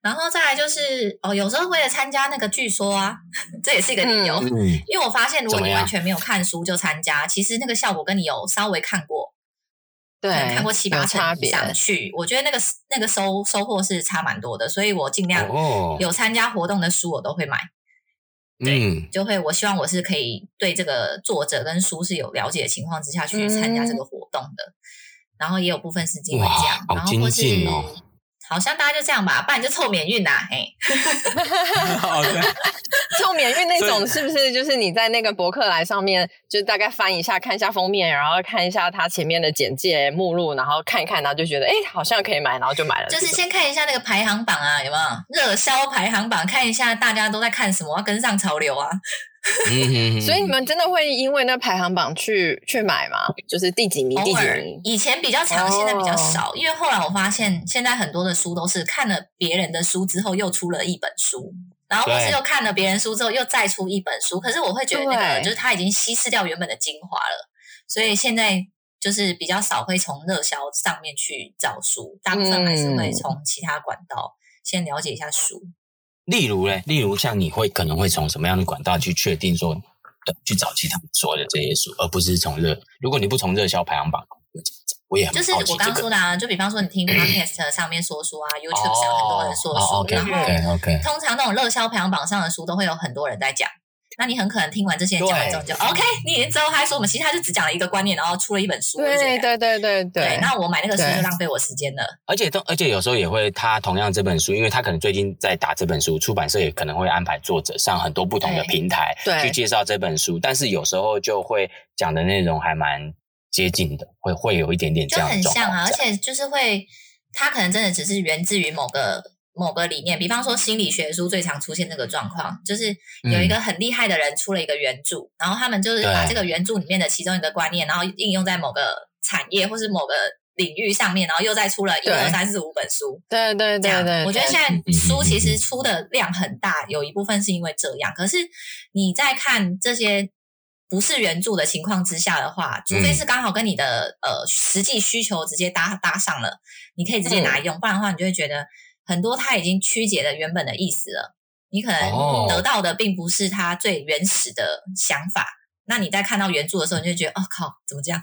S3: 然后再来就是哦，有时候会参加那个据说啊， 这也是一个理由。
S1: 嗯，
S3: 因为我发现，如果
S1: 怎么
S3: 你
S1: 样
S3: 完全没有看书就参加，其实那个效果跟你有稍微看过，
S2: 对，
S3: 可能看过七
S2: 有
S3: 八
S2: 差
S3: 成以
S2: 别。
S3: 上去，我觉得那个那个收收获是差蛮多的，所以我尽量
S1: 哦，
S3: 有参加活动的书我都会买，
S1: 嗯，
S3: 就会我希望我是可以对这个作者跟书是有了解的情况之下去参加这个活动的，然后也有部分是因为这样，
S1: 嗯哇好
S3: 然后或是
S1: 精进哦
S3: 好像大家就这样吧，不然就凑免运呐、啊，嘿，
S4: 哦对，
S2: 臭免运那
S4: 所以
S2: 种是不是就是你在那个博客来上面，就大概翻一下，看一下封面，然后看一下它前面的简介目录，然后看一看，然后就觉得哎、诶好像可以买，然后就买了。
S3: 就
S2: 这
S3: 是
S2: 种
S3: 先看一下那个排行榜啊，有没有热销排行榜，看一下大家都在看什么，要跟上潮流啊。
S1: 嗯
S2: 所以你们真的会因为那排行榜去去买吗？就是第几名、第
S3: 偶
S2: 几
S3: 尔
S2: 名？
S3: 以前比较
S2: 哦
S3: 长，现在比较少，因为后来我发现现在很多的书都是看了别人的书之后又出了一本书，然后或是又看了别人书之后又再出一本书，可是我会觉得那个
S2: 对
S3: 就是它已经稀释掉原本的精华了，所以现在就是比较少会从热销上面去找书，大部分还是
S1: 嗯
S3: 会从其他管道先了解一下书。
S1: 例如嘞，例如像你会可能会从什么样的管道去确定说，对去找其他说的这些书，而不是从热。如果你不从热销排行榜，我也很
S3: 就是
S1: 好奇
S3: 我刚
S1: 这
S3: 刚说
S1: 个。
S3: 的啊，就比方说 你听 podcast 上面说书啊，YouTube 上很多人说
S1: 哦
S3: 书，
S1: ，OK
S3: 然后
S1: OK OK，
S3: 通常那种热销排行榜上的书都会有很多人在讲。那你很可能听完这些人讲完之后，你就 OK，你已经知道他在说什么。其实他就只讲了一个观念，然后出了一本书而已。
S2: 对对对对
S3: 对，
S2: 对，
S3: 那我买那个书
S2: 对
S3: 就浪费我时间了。
S1: 而且都而且有时候也会，他同样这本书，因为他可能最近在打这本书，出版社也可能会安排作者上很多不同的
S3: 对
S1: 平台
S2: 对
S1: 去介绍这本书，但是有时候就会讲的内容还蛮接近的，会会有一点点这
S3: 就
S1: 样的
S3: 很
S1: 状
S3: 像
S1: 况
S3: 啊，而
S1: 在
S3: 且就是会，它可能真的只是源自于某个某个理念，比方说心理学书最常出现这个状况，就是有
S2: 嗯
S3: 一个很厉害的人出了一个原著，然后他们就是把
S1: 对
S3: 这个原著里面的其中一个观念，然后应用在某个产业或是某个领域上面，然后又再出了一
S2: 对
S3: 二三四五本书。
S2: 对对
S3: 这样
S2: 对对，
S3: 我觉得现在书其实出的量很大，有一部分是因为这样。可是你在看这些不是原著的情况之下的话，除非是刚好跟你的、呃实际需求直接搭搭上了，你可以直接拿来用，不然的话你就会觉得很多它已经曲解了原本的意思了。你可
S1: 哦
S3: 能得到的并不是它最原始的想法。那你在看到原著的时候，你就觉得哦靠，怎么这样？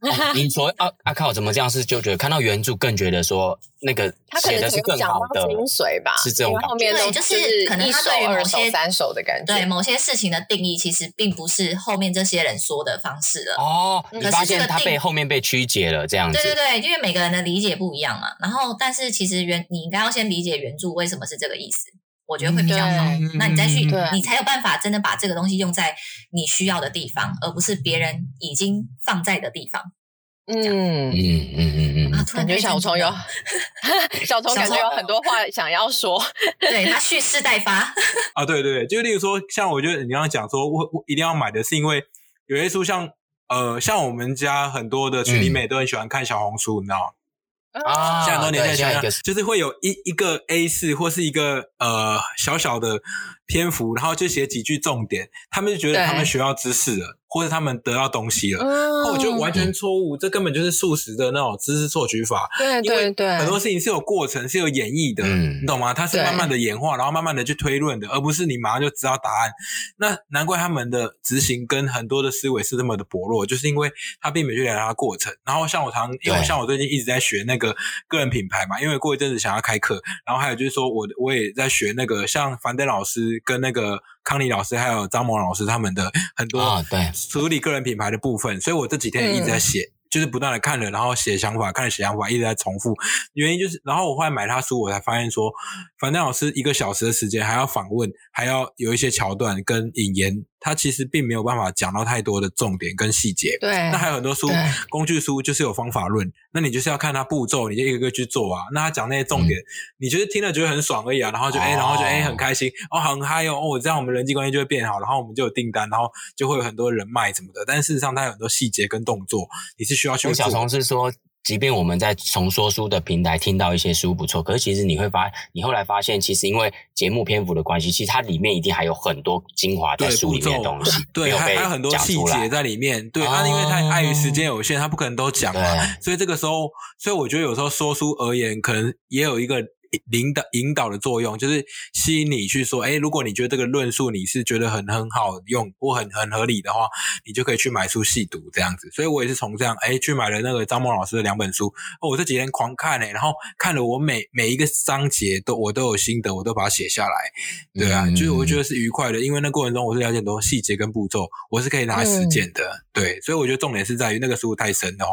S1: 哦 你所谓啊啊靠，怎么这样是就觉得看到原著更觉得说那 个
S2: 他可
S1: 写
S2: 能
S1: 的
S2: 只
S1: 是
S2: 有
S1: 更
S2: 讲
S1: 好
S2: 到
S1: 的
S2: 精髓吧，
S1: 是这种
S2: 因为
S1: 感
S2: 后
S1: 觉。
S2: 面都
S3: 对就是
S2: 是
S3: 可能
S2: 一
S3: 他
S2: 手、
S3: 对于某
S2: 二手
S3: 些、
S2: 三手的感觉，
S3: 对某些事情的定义，其实并不是后面这些人说的方式了。
S1: 哦，你
S2: 嗯
S3: 可是
S1: 发
S3: 这
S1: 现
S3: 个
S1: 它
S3: 定
S1: 被后面被曲解了这样子
S3: 对对对，因为每个人的理解不一样嘛。然后，但是其实原你应该要先理解原著为什么是这个意思，我觉得会比较好。
S4: 嗯对
S3: 那你再去
S2: 对，
S3: 你才有办法真的把这个东西用在你需要的地方，而不是别人已经放在的地方
S2: 嗯。
S1: 嗯嗯嗯
S3: 啊
S1: 嗯。。
S3: 突然
S2: 感觉
S3: 太
S2: 小
S3: 正
S2: 虫
S3: 经
S2: 有
S3: 了
S2: 小虫
S3: 小
S2: 感觉
S3: 虫
S2: 有很多话想要说，
S3: 对他蓄势待 发，
S4: 啊，对对对，就例如说，像我觉得你刚刚讲说，我我一定要买的是因为有些书像，呃，像我们家很多的群里面也都很喜欢看小红书，你知道吗？
S1: 嗯啊，
S4: 像很多年代
S1: 对像一个
S4: 就是会有一一个 A 四或是一个呃小小的篇幅，然后就写几句重点，他们就觉得
S2: 对
S4: 他们学到知识了，或者他们得到东西
S1: 嗯
S4: 了。那
S2: 哦
S4: 我觉得完全错误，这根本就是素食的那种知识错取法。
S2: 对
S4: 因为
S2: 对对，
S4: 很多事情是有过程，是有演绎的，
S1: 嗯
S4: 你懂吗？它是
S2: 对
S4: 慢慢的演化，然后慢慢的去推论的，而不是你马上就知道答案。那难怪他们的执行跟很多的思维是这么的薄弱，就是因为他并没有去了解它的过程。然后像我常，因为
S1: 对
S4: 像我最近一直在学那个个人品牌嘛，因为过一阵子想要开课，然后还有就是说我我也在学那个像樊登老师跟那个康妮老师还有张萌老师他们的很多
S1: 啊对
S4: 处理个人品牌的部分，所以我这几天也一直在写，就是不断的看了，然后写想法，看了写想法，一直在重复。原因就是，然后我后来买他书，我才发现说，樊登老师一个小时的时间还要访问，还要有一些桥段跟引言，他其实并没有办法讲到太多的重点跟细节。
S2: 对
S4: 那还有很多书
S2: 对，
S4: 工具书就是有方法论，那你就是要看它步骤，你就一个个去做啊。那他讲那些重点，你就是听了觉得很爽而已啊，然后就哎、
S1: 嗯哦
S4: 然后就哎、很开心，哦很嗨哦，哦我这样我们人际关系就会变好，然后我们就有订单，然后就会有很多人脉什么的。但事实上，它有很多细节跟动作，你是需要去
S1: 所以小
S4: 做。
S1: 虫是说，即便我们在从说书的平台听到一些书不错，可是其实你会发，你后来发现，其实因为节目篇幅的关系，其实它里面一定还有很多精华在
S4: 对
S1: 书
S4: 步
S1: 里面的
S4: 骤
S1: 东西，没
S4: 对，
S1: 有
S4: 还
S1: 被
S4: 还有很多
S1: 讲
S4: 细
S1: 出来
S4: 节。在里面。对，
S1: 哦
S4: 他因为他碍于时间有限，他不可能都讲啊
S1: 对
S4: 嘛。所以这个时候，所以我觉得有时候说书而言，可能也有一个引导引导的作用，就是吸引你去说，哎，如果你觉得这个论述你是觉得很很好用或很很合理的话，你就可以去买书细读这样子。所以我也是从这样，哎，去买了那个张梦老师的两本书，哦，我这几天狂看哎、然后看了我每每一个章节都我都有心得，我都把它写下来。对啊，
S1: 嗯
S4: 就是我觉得是愉快的，因为那过程中我是了解很多细节跟步骤，我是可以拿来实践的。对，所以我觉得重点是在于那个书太深的话，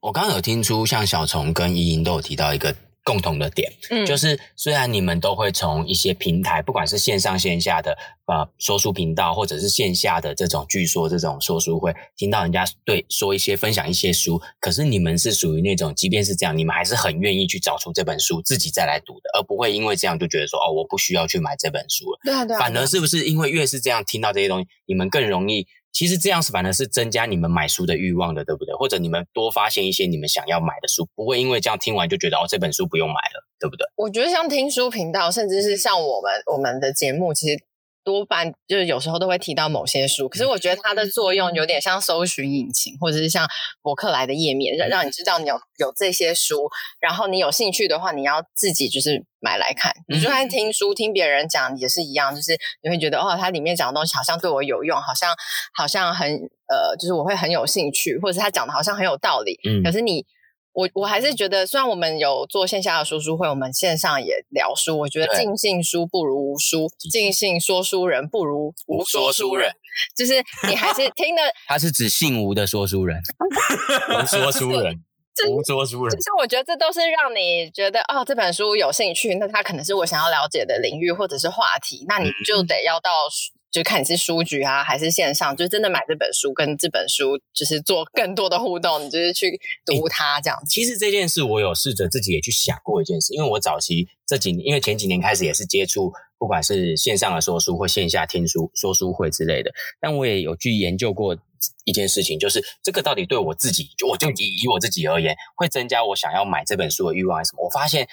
S1: 我刚刚有听出，像小虫跟依莹都有提到一个共同的点，
S2: 嗯
S1: 就是虽然你们都会从一些平台，不管是线上线下的呃说书频道，或者是线下的这种据说这种说书会，听到人家对说一些分享一些书，可是你们是属于那种，即便是这样，你们还是很愿意去找出这本书自己再来读的，而不会因为这样就觉得说哦，我不需要去买这本书了。
S2: 对啊对啊，
S1: 反而是不是因为越是这样听到这些东西，你们更容易？其实这样是反而是增加你们买书的欲望的，对不对？或者你们多发现一些你们想要买的书，不会因为这样听完就觉得哦这本书不用买了。对不对？
S2: 我觉得像听书频道，甚至是像我们我们的节目，其实多半就是有时候都会提到某些书。可是我觉得它的作用有点像搜寻引擎，或者是像博客来的页面，让让你知道你有有这些书，然后你有兴趣的话，你要自己就是买来看。你就算听书听别人讲也是一样，就是你会觉得哦，它里面讲的东西好像对我有用，好像好像很呃，就是我会很有兴趣，或者是他讲的好像很有道理。
S1: 嗯
S2: 可是你我我还是觉得，虽然我们有做线下的说书会，我们线上也聊书，我觉得
S1: 对嗯
S2: 尽信书不如无书，尽信说书人不如
S1: 无说书人，嗯
S2: 就是你还是 听的，
S1: 他是指姓吴的说 书人，无说书人，
S2: 这
S1: 无说书人
S2: 就。是我觉得这都是让你觉得哦，这本书有兴趣，那它可能是我想要了解的领域或者是话题，那你就
S1: 嗯
S2: 得要到书。就看你是书局啊，还是线上，就真的买这本书，跟这本书就是做更多的互动，你就是去读它这样子。
S1: 其实这件事，我有试着自己也去想过一件事，因为我早期这几年，因为前几年开始也是接触，不管是线上的说书或线下听书说书会之类的，但我也有去研究过一件事情，就是这个到底对我自己，就我就以以我自己而言，会增加我想要买这本书的欲望还是什么？我发现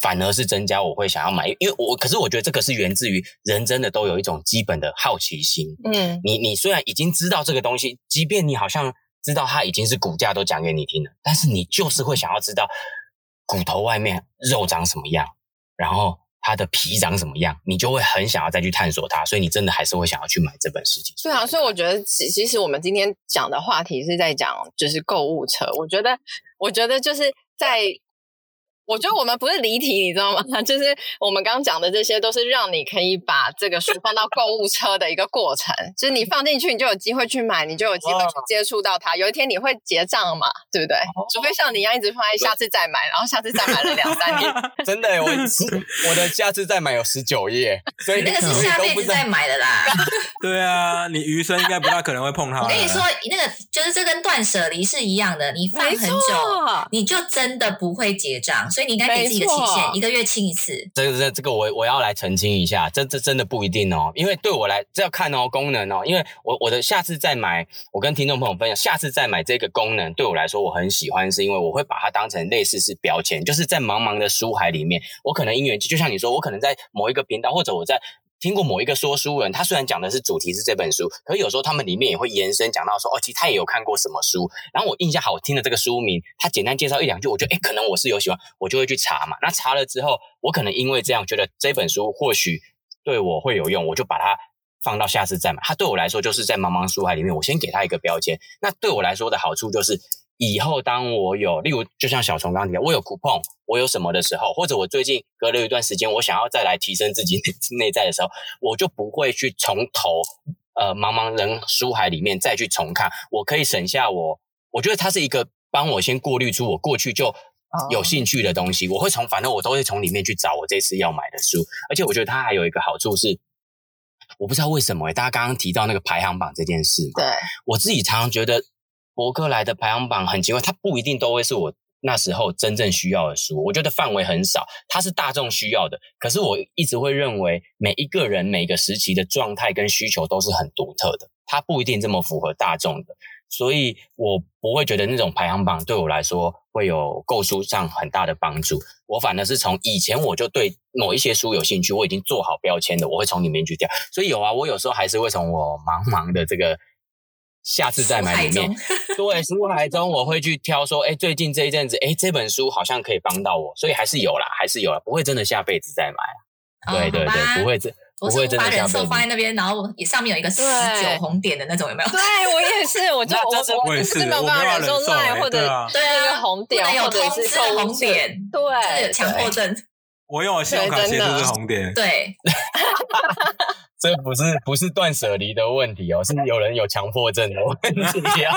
S1: 反而是增加我会想要买，因为我可是我觉得这个是源自于人真的都有一种基本的好奇心，
S2: 嗯，
S1: 你你虽然已经知道这个东西，即便你好像知道它已经是骨架都讲给你听了，但是你就是会想要知道骨头外面肉长什么样，然后它的皮长什么样，你就会很想要再去探索它，所以你真的还是会想要去买这本事情。
S2: 对啊，所以我觉得其其实我们今天讲的话题是在讲就是购物车，我觉得我觉得就是在。我觉得我们不是离题，你知道吗？ 就是我们刚刚讲的这些，都是让你可以把这个书放到购物车的一个过程。就是你放进去，你就有机会去买，你就有机会去接触到它。有一天你会结账嘛，对不对？除非像你一样一直放在下次再买，然后下次再买了两三年，
S1: 真的、 我我的下次再买有十九页，所以
S3: 那个是下辈子再买的 啦。
S4: 对啊，你余生应该不大可能会碰它。
S3: 我跟你说，，那个就是这跟断舍离是一样的，你放
S2: 没
S3: 很久，
S2: 错，
S3: 你就真的不会结账，所以你应该给自己一个期
S2: 没
S3: 限，
S2: 错
S3: 一个月清一次。
S1: 这个这这个我我要来澄清一下，这这真的不一定哦，因为对我来这要看哦功能哦，因为我我的下次再买，我跟听众朋友分享，下次再买这个功能对我来说我很喜欢，是因为我会把它当成类似是标签，就是在茫茫的书海里面，我可能因缘际，就像你说，我可能在某一个频道或者我在。听过某一个说书人，他虽然讲的是主题是这本书，可是有时候他们里面也会延伸讲到说，哦，其实他也有看过什么书，然后我印象好听的这个书名，他简单介绍一两句，我觉得诶可能我是有喜欢，我就会去查嘛。那查了之后，我可能因为这样觉得这本书或许对我会有用，我就把它放到下次再买。它对我来说就是在茫茫书海里面，我先给它一个标签。那对我来说的好处就是，以后当我有，例如就像小虫刚刚提到，我有 coupon，我有什么的时候，或者我最近隔了一段时间，我想要再来提升自己内 内在的时候，我就不会去从头呃茫茫人书海里面再去重看，我可以省下我，我觉得它是一个帮我先过滤出我过去就。有兴趣的东西，我会从反正我都会从里面去找我这次要买的书，而且我觉得它还有一个好处是，我不知道为什么、欸、大家刚刚提到那个排行榜这件事嘛，
S2: 对，
S1: 我自己常常觉得博客来的排行榜很奇怪，它不一定都会是我那时候真正需要的书。我觉得范围很少，它是大众需要的，可是我一直会认为每一个人每个时期的状态跟需求都是很独特的，它不一定这么符合大众的。所以我不会觉得那种排行榜对我来说会有购书上很大的帮助。我反而是从以前我就对某一些书有兴趣，我已经做好标签的，我会从里面去挑。所以有啊，我有时候还是会从我茫茫的这个下次再买里面， 对书海中我会去挑说，哎，最近这一阵子，哎，这本书好像可以帮到我，所以还是有啦，还是有啦，不会真的下辈子再买啊。
S3: 哦
S1: 对对
S3: 好吧
S1: 对，不会这不
S3: 我是
S1: 会
S3: 无
S1: 真的下
S3: 法
S1: 辈
S3: 忍
S1: 子
S3: 受。放在那边，然后我也上面有一个十
S2: 对
S3: 九红点的那种，有没 有？
S2: 对我也是，我就
S1: 那这是
S2: 我
S4: 我也是，
S2: 没有
S4: 我
S2: 办
S4: 没
S2: 法
S4: 有
S2: 忍受
S4: 忍受欸
S2: line 或
S4: 对
S2: 者
S4: 啊
S3: 对
S2: 那
S3: 啊，
S2: 个红
S3: 不
S2: 点
S3: 能有
S2: 或者
S3: 通
S2: 是
S3: 知
S2: 购物
S3: 红
S2: 车
S3: 点，这个有
S2: 对，
S3: 强迫症。
S4: 我用我信用卡
S2: 对
S4: 协
S2: 真
S4: 助
S2: 的
S4: 是红点，
S3: 对，
S1: 这不是不是断舍离的问题哦，是有人有强迫症的问题啊。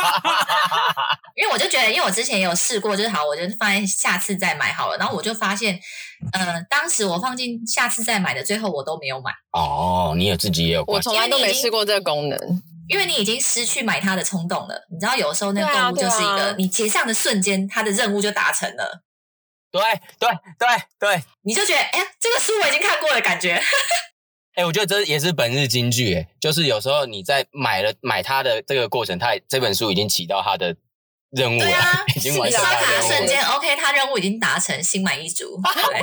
S3: 因为我就觉得，因为我之前也有试过，就是好，我就放在下次再买好了。然后我就发现，呃，当时我放进下次再买的，最后我都没有买，
S1: 哦，你有自己也有
S2: 我
S1: 关系
S2: 从来都没试过这个功能，
S3: 因为你已经失去买它的冲动了。你知道，有时候那
S2: 对啊
S3: 个购物就是一
S2: 对
S3: 个，
S2: 啊
S3: 你结账的瞬间，它的任务就达成了，
S1: 对对对对，
S3: 你就觉得，哎呀，这个书我已经看过了，感觉。
S1: 哎、我觉得这也是本日金句，哎，就是有时候你在买了买它的这个过程，它也这本书已经起到它的任务
S3: 对
S1: 了，
S3: 啊
S1: 已经完成
S3: 刷
S1: 他
S2: 大
S1: 的
S3: 卡
S1: 任务
S3: 瞬
S1: 了。
S3: 间，OK，他任务已经达成，心满意足。对，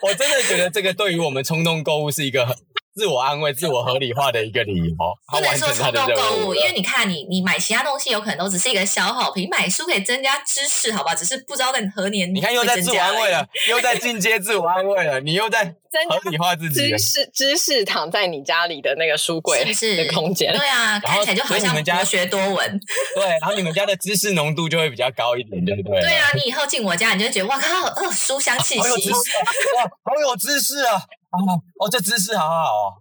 S1: 我真的觉得这个对于我们冲动购物是一个很自我安慰、自我合理化的一个理由。他
S3: 不能
S1: 完成
S3: 说
S1: 他
S3: 冲
S1: 的
S3: 动
S1: 任
S3: 购
S1: 务
S3: 物，
S1: 了
S3: 因为你看你，你买其他东西有可能都只是一个消耗品，买书可以增加知识，好吧？只是不知道在你何年
S1: 你看又在
S3: 会
S1: 自
S3: 增
S1: 我
S3: 加
S1: 安慰
S3: 而已
S1: 了，又在进阶自我安慰了，你又在
S2: 增
S1: 合理化自己了
S2: 知。识知识躺在你家里的那个书柜
S3: 是不是
S2: 的空间，
S3: 对啊，
S1: 然后
S3: 看起来就好
S1: 所以你
S3: 像
S1: 们家
S3: 博学多闻。
S1: 对，然后你们家的知识浓度就会比较高一点，对不对了？
S3: 对啊，你以后进我家，你就会觉得哇靠，哦，书香气
S1: 好有
S3: 息
S1: 知。识啊！哇，好有知识啊！啊，哦，这知识好好哦。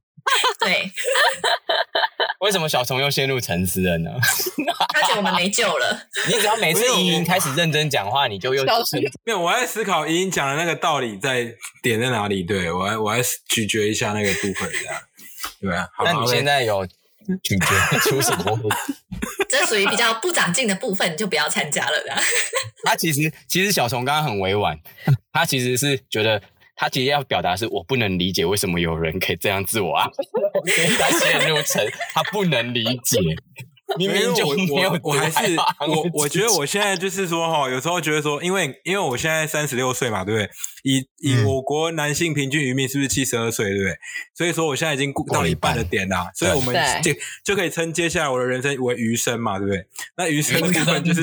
S3: 对，
S1: 为什么小虫又陷入沉思了呢？
S3: 他觉得我们没救了。
S1: 你只要每次莹莹开始认真讲话，你就又
S2: 小虫
S4: 没有，我在思考莹莹讲的那个道理在点在哪里。对我还我还咀嚼一下那个部分这样。对啊，好
S1: 那你
S4: 好
S1: 现在有咀嚼 出什么问题？
S3: 这属于比较不长进的部分，你就不要参加了的。
S1: 他其实其实小虫刚刚很委婉，他其实是觉得他其实要表达是我不能理解为什么有人可以这样自我啊，所以 他陷入沉，他不能理 解。明明就
S4: 因
S1: 没
S4: 为
S1: 有啊
S4: 我我我还是
S1: 毒害怕
S4: 我，我觉得我现在就是说哈，有时候觉得说，因为因为我现在三十六岁嘛，对不对？以以
S1: 嗯
S4: 我国男性平均余命是不是七十二岁，对不对？所以说我现在已经过
S1: 过
S4: 到
S1: 了
S4: 一
S1: 一半
S4: 半的点啦，所以我们就
S2: 对
S4: 就可以称接下来我的人生为余生嘛，对不对？那余生的
S1: 余
S4: 部
S1: 生
S4: 分就是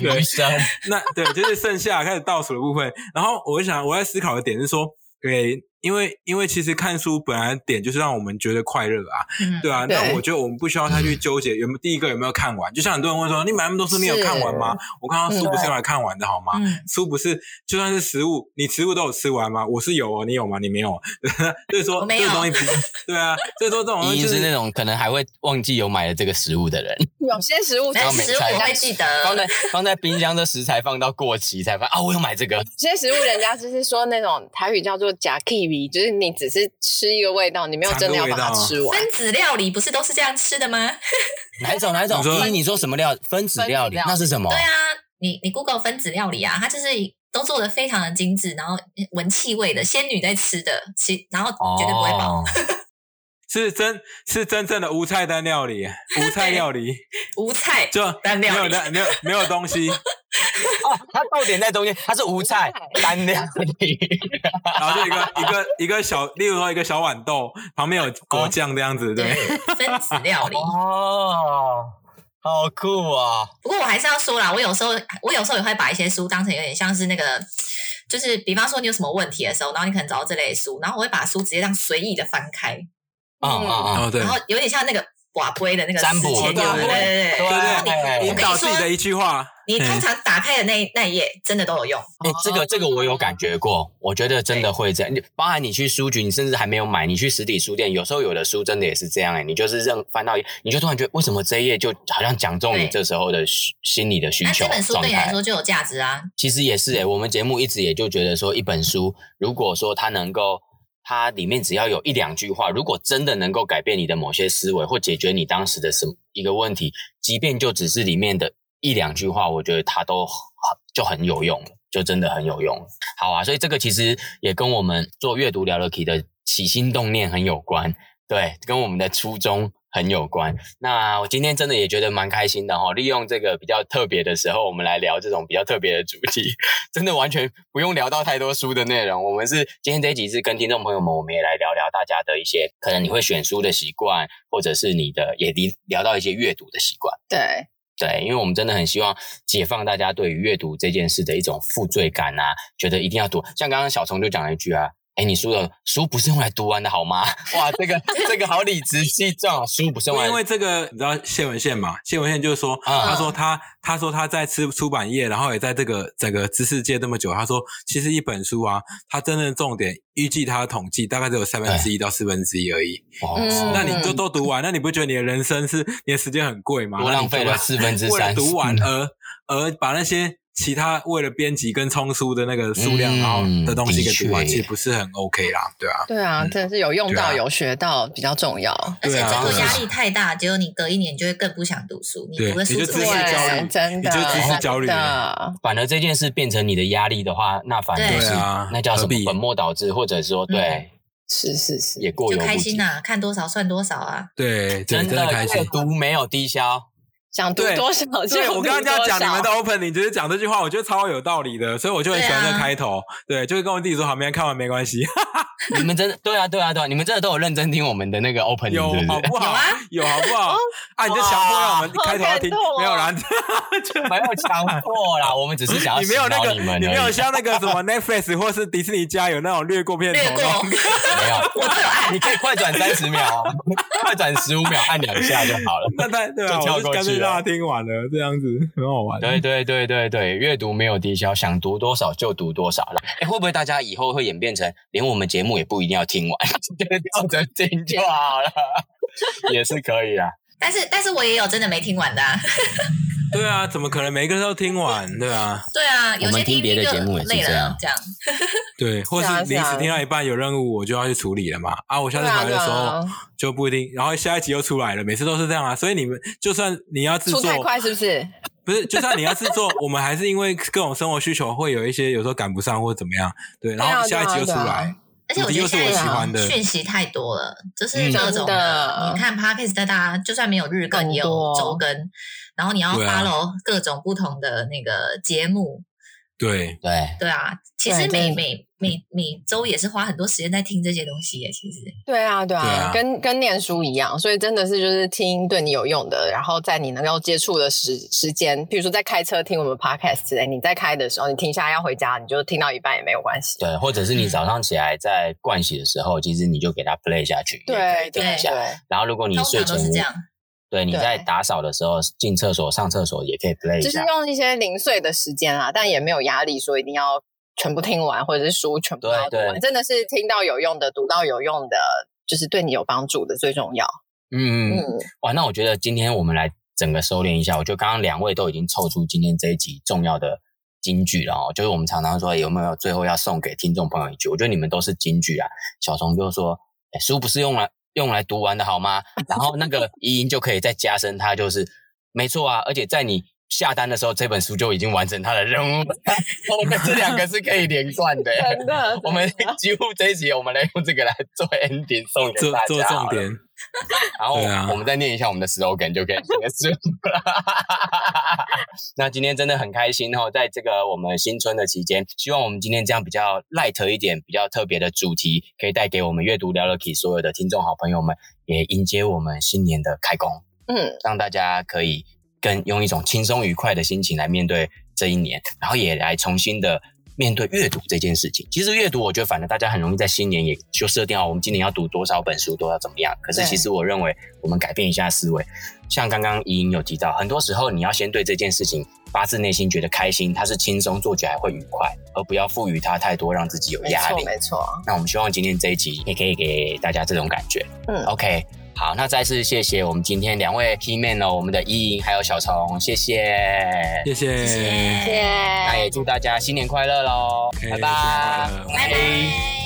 S4: 对
S1: 余生
S4: 那对，就是剩下开始倒数的部分。然后我就想，我在思考的点是说，诶、因为因为其实看书本来的点就是让我们觉得快乐啊，
S3: 嗯，
S4: 对啊。
S2: 对
S4: 那我觉得我们不需要太去纠结有没有第一个有没有看完。就像很多人会说，你买那么多书，你有看完吗？我看到书不是用来看完的好吗？
S3: 嗯，
S4: 书不是就算是食物，你食物都有吃完吗？我是有哦，你 有吗？你没有，所以说
S3: 我没有
S4: 这个东西不， 对啊，所以说这种东
S1: 莹
S4: 西
S1: 莹
S4: 就是
S1: 那种可能还会忘记有买了这个食物的人，
S2: 有些食物
S3: 但
S1: 后
S3: 是
S1: 每
S3: 食物
S1: 餐
S3: 我会记
S1: 放
S3: 得，
S1: 在放在冰箱的食材放到过期才发现啊，我有买这个，
S2: 有些食物人家就是说那种台语叫做假 kiwi，就是你只是吃一个味道，你啊没有真的要把它吃完。
S3: 分子料理不是都是这样吃的吗？
S1: 哪一种哪一种？
S4: 你说
S1: 一你说什么料？分子
S2: 分子
S1: 料理
S2: 料
S1: 那是
S4: 哦
S1: 什么
S3: 对？啊，你你 Google 分子料理啊，它就是都做的非常的精致，然后闻气味的仙女在吃的，其然后啊绝对不会饱。
S1: 哦
S4: 是真是真正的无菜单料理，无菜料理
S3: 无菜
S4: 就
S3: 单
S4: 没
S3: 料
S4: 有
S3: 理，
S4: 没有没有东西。
S1: 哦，它逗点在中间，它是无 菜
S3: 啊
S1: 单料理。
S4: 然后就一个一个一个小，例如说一个小豌豆，旁边有果酱这样子，哦对。
S3: 分子料理。
S1: 哦，好酷啊！
S3: 不过我还是要说啦，我有时候我有时候也会把一些书当成有点像是那个，就是比方说你有什么问题的时候，然后你可能找到这类书，然后我会把书直接这样随意的翻开，
S1: 啊
S3: 嗯
S1: 啊啊！
S4: 哦，对
S3: 然后有点像那个瓦龟的那个
S1: 占
S3: 史
S1: 卜
S3: 前有
S4: 哦
S3: 的对
S4: 对
S3: 对
S1: 对
S3: 对，我跟
S4: 对引
S3: 你
S1: 对，
S4: 哦导自己的一句话，
S3: 你
S4: 嗯
S3: 通常打开的那那一页真的都有用。
S1: 哎，这个这个我有感觉过，我觉得真的会这样。你包含你去书局，你甚至还没有买，你去实体书店，有时候有的书真的也是这样哎，你就是认翻到一，你就突然觉得为什么这一页就好像讲中你
S3: 对
S1: 这时候的需心理的需
S3: 那
S1: 求
S3: 这本书
S1: 状
S3: 对你来
S1: 态。
S3: 说就有价值啊，
S1: 其实也是诶、欸我们节目一直也就觉得说，一本书如果说它能够，它里面只要有一两句话，如果真的能够改变你的某些思维，或解决你当时的什么一个问题，即便就只是里面的一两句话，我觉得它都很就很有用了，就真的很有用了。好啊，所以这个其实也跟我们做阅读聊了题的起心动念很有关，对，跟我们的初衷很有关。那我今天真的也觉得蛮开心的哈、利用这个比较特别的时候，我们来聊这种比较特别的主题， 真的完全不用聊到太多书的内容。我们是今天这一集是跟听众朋友们，我们也来聊聊大家的一些可能你会选书的习惯，或者是你的也聊聊到一些阅读的习惯。
S2: 对，
S1: 对，因为我们真的很希望解放大家对于阅读这件事的一种负罪感啊，觉得一定要读。像刚刚小虫就讲了一句啊，哎，你书的书不是用来读完的好吗？哇，这个这个好理直气壮，啊书不是用来
S4: 因为嗯这个你知道谢文宪嘛？谢文宪就是说，
S1: 啊
S4: 他说他他说他在吃出版业，然后也在这个整个知识界这么久，他说其实一本书啊，它真正的重点预计它的统计大概只有三分之一到四分之一而已。
S1: 哦
S2: 嗯
S4: 那你就都读完，那你不觉得你的人生是你的时间很贵吗？
S1: 多浪费了四分之
S4: 为了
S1: 三，嗯
S4: 读完而而把那些其他为了编辑跟冲书的那个数量，
S1: 嗯
S4: 然后的东
S1: 的
S4: 西给
S1: 确
S4: 读完，
S1: 耶
S4: 其实不是很 OK 啦，对啊。
S2: 对啊，真的是有用到、
S4: 对啊
S2: 有学到比较重要。
S3: 而且
S4: 对啊
S3: 这个
S4: 对啊
S3: 压力太大，结果你隔一年就会更不想读书，你
S4: 对
S3: 读的
S4: 你
S3: 书
S4: 就
S3: 怎
S4: 知
S3: 么
S4: 识
S3: 样
S4: 焦虑
S2: 对，真
S4: 你
S2: 的，
S4: 就知识焦虑
S2: 真
S4: 了
S2: 的，
S1: 反而这件事变成你的压力的话，那反而
S3: 对
S1: 是
S4: 对啊嗯
S1: 那叫什
S4: 何
S1: 么
S4: 必
S1: 本末倒置，或者说对
S2: 是是是，
S1: 也过
S3: 就
S1: 犹
S3: 开
S1: 不及
S3: 心。呐、看多少算多少啊。
S4: 对，对
S1: 真
S4: 真的
S1: 的
S4: 开
S1: 阅
S4: 心。
S1: 读没有低消，
S2: 想读
S4: 对
S2: 多少就
S4: 对，我
S2: 读
S4: 刚刚这样
S2: 多
S4: 讲你们
S2: 少
S4: 的 opening，就是讲这句话，我觉得超有道理的，所以我就很喜欢这
S3: 对
S4: 个
S3: 啊
S4: 开头。对，就是跟我弟弟说，好，明天看完没关系，
S1: 你们真的对啊，对啊，对啊，你们真的都有认真听我们的那个 opening，
S4: 有啊
S1: 是不
S4: 好
S1: 是？
S4: 不好？ 有好不好？啊，你就强迫让我们开头要听
S2: 哦好感动哦，
S4: 没有啦，
S1: 没有强迫啦，我们只是想要
S4: 你没有那
S1: 洗脑你
S4: 个，
S1: 们而已，
S4: 没有像那个什么 Netflix 或是迪士尼家有那种略过片
S3: 略
S4: 头那
S3: 过
S4: 种。。
S1: 没 有，我都有按，你可以快转三十秒 啊，快转十五秒，按两下就好了。
S4: 那他对啊，
S1: 就跳
S4: 我就
S1: 过
S4: 干脆
S1: 去了
S4: 让他听完了，这样子 很好玩。
S1: 对对对对对，阅读没有低消，想读多少就读多少 啦。哎，会不会大家以后会演变成连我们节目也不一定要听完， 就是照着听就好了， 也是可以啦。
S3: 但是但是我也有真的没听完的、啊，
S4: 对啊，怎么可能每个人都听完？对啊，
S3: 对啊，有
S1: 我
S3: 些
S1: 们听
S3: 一
S1: 别的
S3: 就
S1: 节目也是
S3: 累
S1: 这样
S3: 了，这样
S4: 对，或
S2: 是
S4: 是
S2: 啊
S4: 临
S2: 是
S4: 时
S2: 啊
S4: 听到一半有任务，我就要去处理了嘛。啊，我下次
S2: 对啊
S4: 排的时
S2: 对
S4: 候
S2: 啊
S4: 就不一定，然后下一集又出来了，每次都是这样啊。所以你们就算你要制
S2: 出
S4: 作，
S2: 太快是不是？
S4: 不是，就算你要制作， 我们还是因为各种生活需求，会有一些有时候赶不上或怎么样，对，然后
S2: 对
S4: 下
S2: 啊
S4: 一集又出
S2: 对啊
S4: 来，
S3: 而且我觉
S4: 又
S3: 得
S4: 是
S3: 现
S4: 我
S3: 在
S4: 喜欢的
S3: 讯息太多了，就是
S4: 嗯
S3: 各种
S2: 真的
S3: 你看 podcast 在大家就算没有日更，
S2: 更
S3: 也有
S2: 多
S3: 周更，然后你要
S4: 对啊
S3: follow 各种不同的那个节目，
S4: 对，
S1: 对，
S3: 对啊，其
S2: 对
S3: 实每
S2: 真的
S3: 每每每周也是花很多时间在听这些东西耶，其实
S2: 对啊，对
S4: 对
S2: 啊
S4: 啊，
S2: 跟跟念书一样，所以真的是就是听对你有用的，然后在你能够接触的时时间，比如说在开车听我们 podcast 之类，你在开的时候，你停下来要回家，你就听到一半也没有关系。
S1: 对，或者是你早上起来在盥洗的时候，其实你就给它 play 下去，也可以
S2: 对
S1: 听
S2: 对
S1: 一下。然后如果你
S3: 通
S1: 睡前
S3: 常都是这样，
S1: 对你
S2: 对
S1: 在打扫的时候进厕所、上厕所也可以 play 一
S2: 就是
S1: 下。
S2: 用一些零碎的时间啦，但也没有压力，说一定要全部听完，或者是书全部都要读
S1: 对对
S2: 完。真的是听到有用的，读到有用的，就是对你有帮助的最重要。
S1: 嗯嗯，
S2: 嗯，
S1: 哇，那我觉得今天我们来整个收敛一下，我觉得刚刚两位都已经凑出今天这一集重要的金句了哦，就是我们常常说有没有最后要送给听众朋友一句，我觉得你们都是金句啊。小虫就说，哎书不是用来用来读完的好吗？然后那个一音就可以再加深它，就是没错啊，而且在你。下单的时候，这本书就已经完成它的任务了。我们这两个是可以连贯的。
S2: 的
S1: 我们几乎这一集，我们来用这个来做 ending
S2: 啊
S1: 送给
S4: 做
S1: 大家。
S4: 做重。点，
S1: 然后
S4: 对啊
S1: 我们再念一下我们的 slogan 就可以结束了。 那今天真的很开心哦，在这个我们新春的期间，希望我们今天这样比较 light 一点、比较特别的主题，可以带给我们阅读聊了 k 所有的听众好朋友们，也迎接我们新年的开工。
S2: 嗯，
S1: 让大家可以更用一种轻松愉快的心情来面对这一年，然后也来重新的面对阅读这件事情。其实阅读，我觉得反正大家很容易在新年也就设定好，我们今年要读多少本书，多少怎么样。可是
S2: 对
S1: 其实我认为，我们改变一下思维，像刚刚怡莹有提到，很多时候你要先对这件事情发自内心觉得开心，它是轻松，做起来会愉快，而不要赋予它太多让自己有
S2: 没
S1: 压
S2: 错
S1: 力。
S2: 没错，
S1: 那我们希望今天这一集也可以给大家这种感觉。
S2: 嗯
S1: ，OK，好，那再次谢谢我们今天两位 key man 哦，我们的依莹还有小虫，谢谢。
S4: 谢谢，
S3: 谢谢，
S2: 耶
S1: 那也祝大家新年快乐喽，
S4: OK，
S1: 拜
S4: 新
S1: 拜
S4: 年快乐，
S3: 拜拜。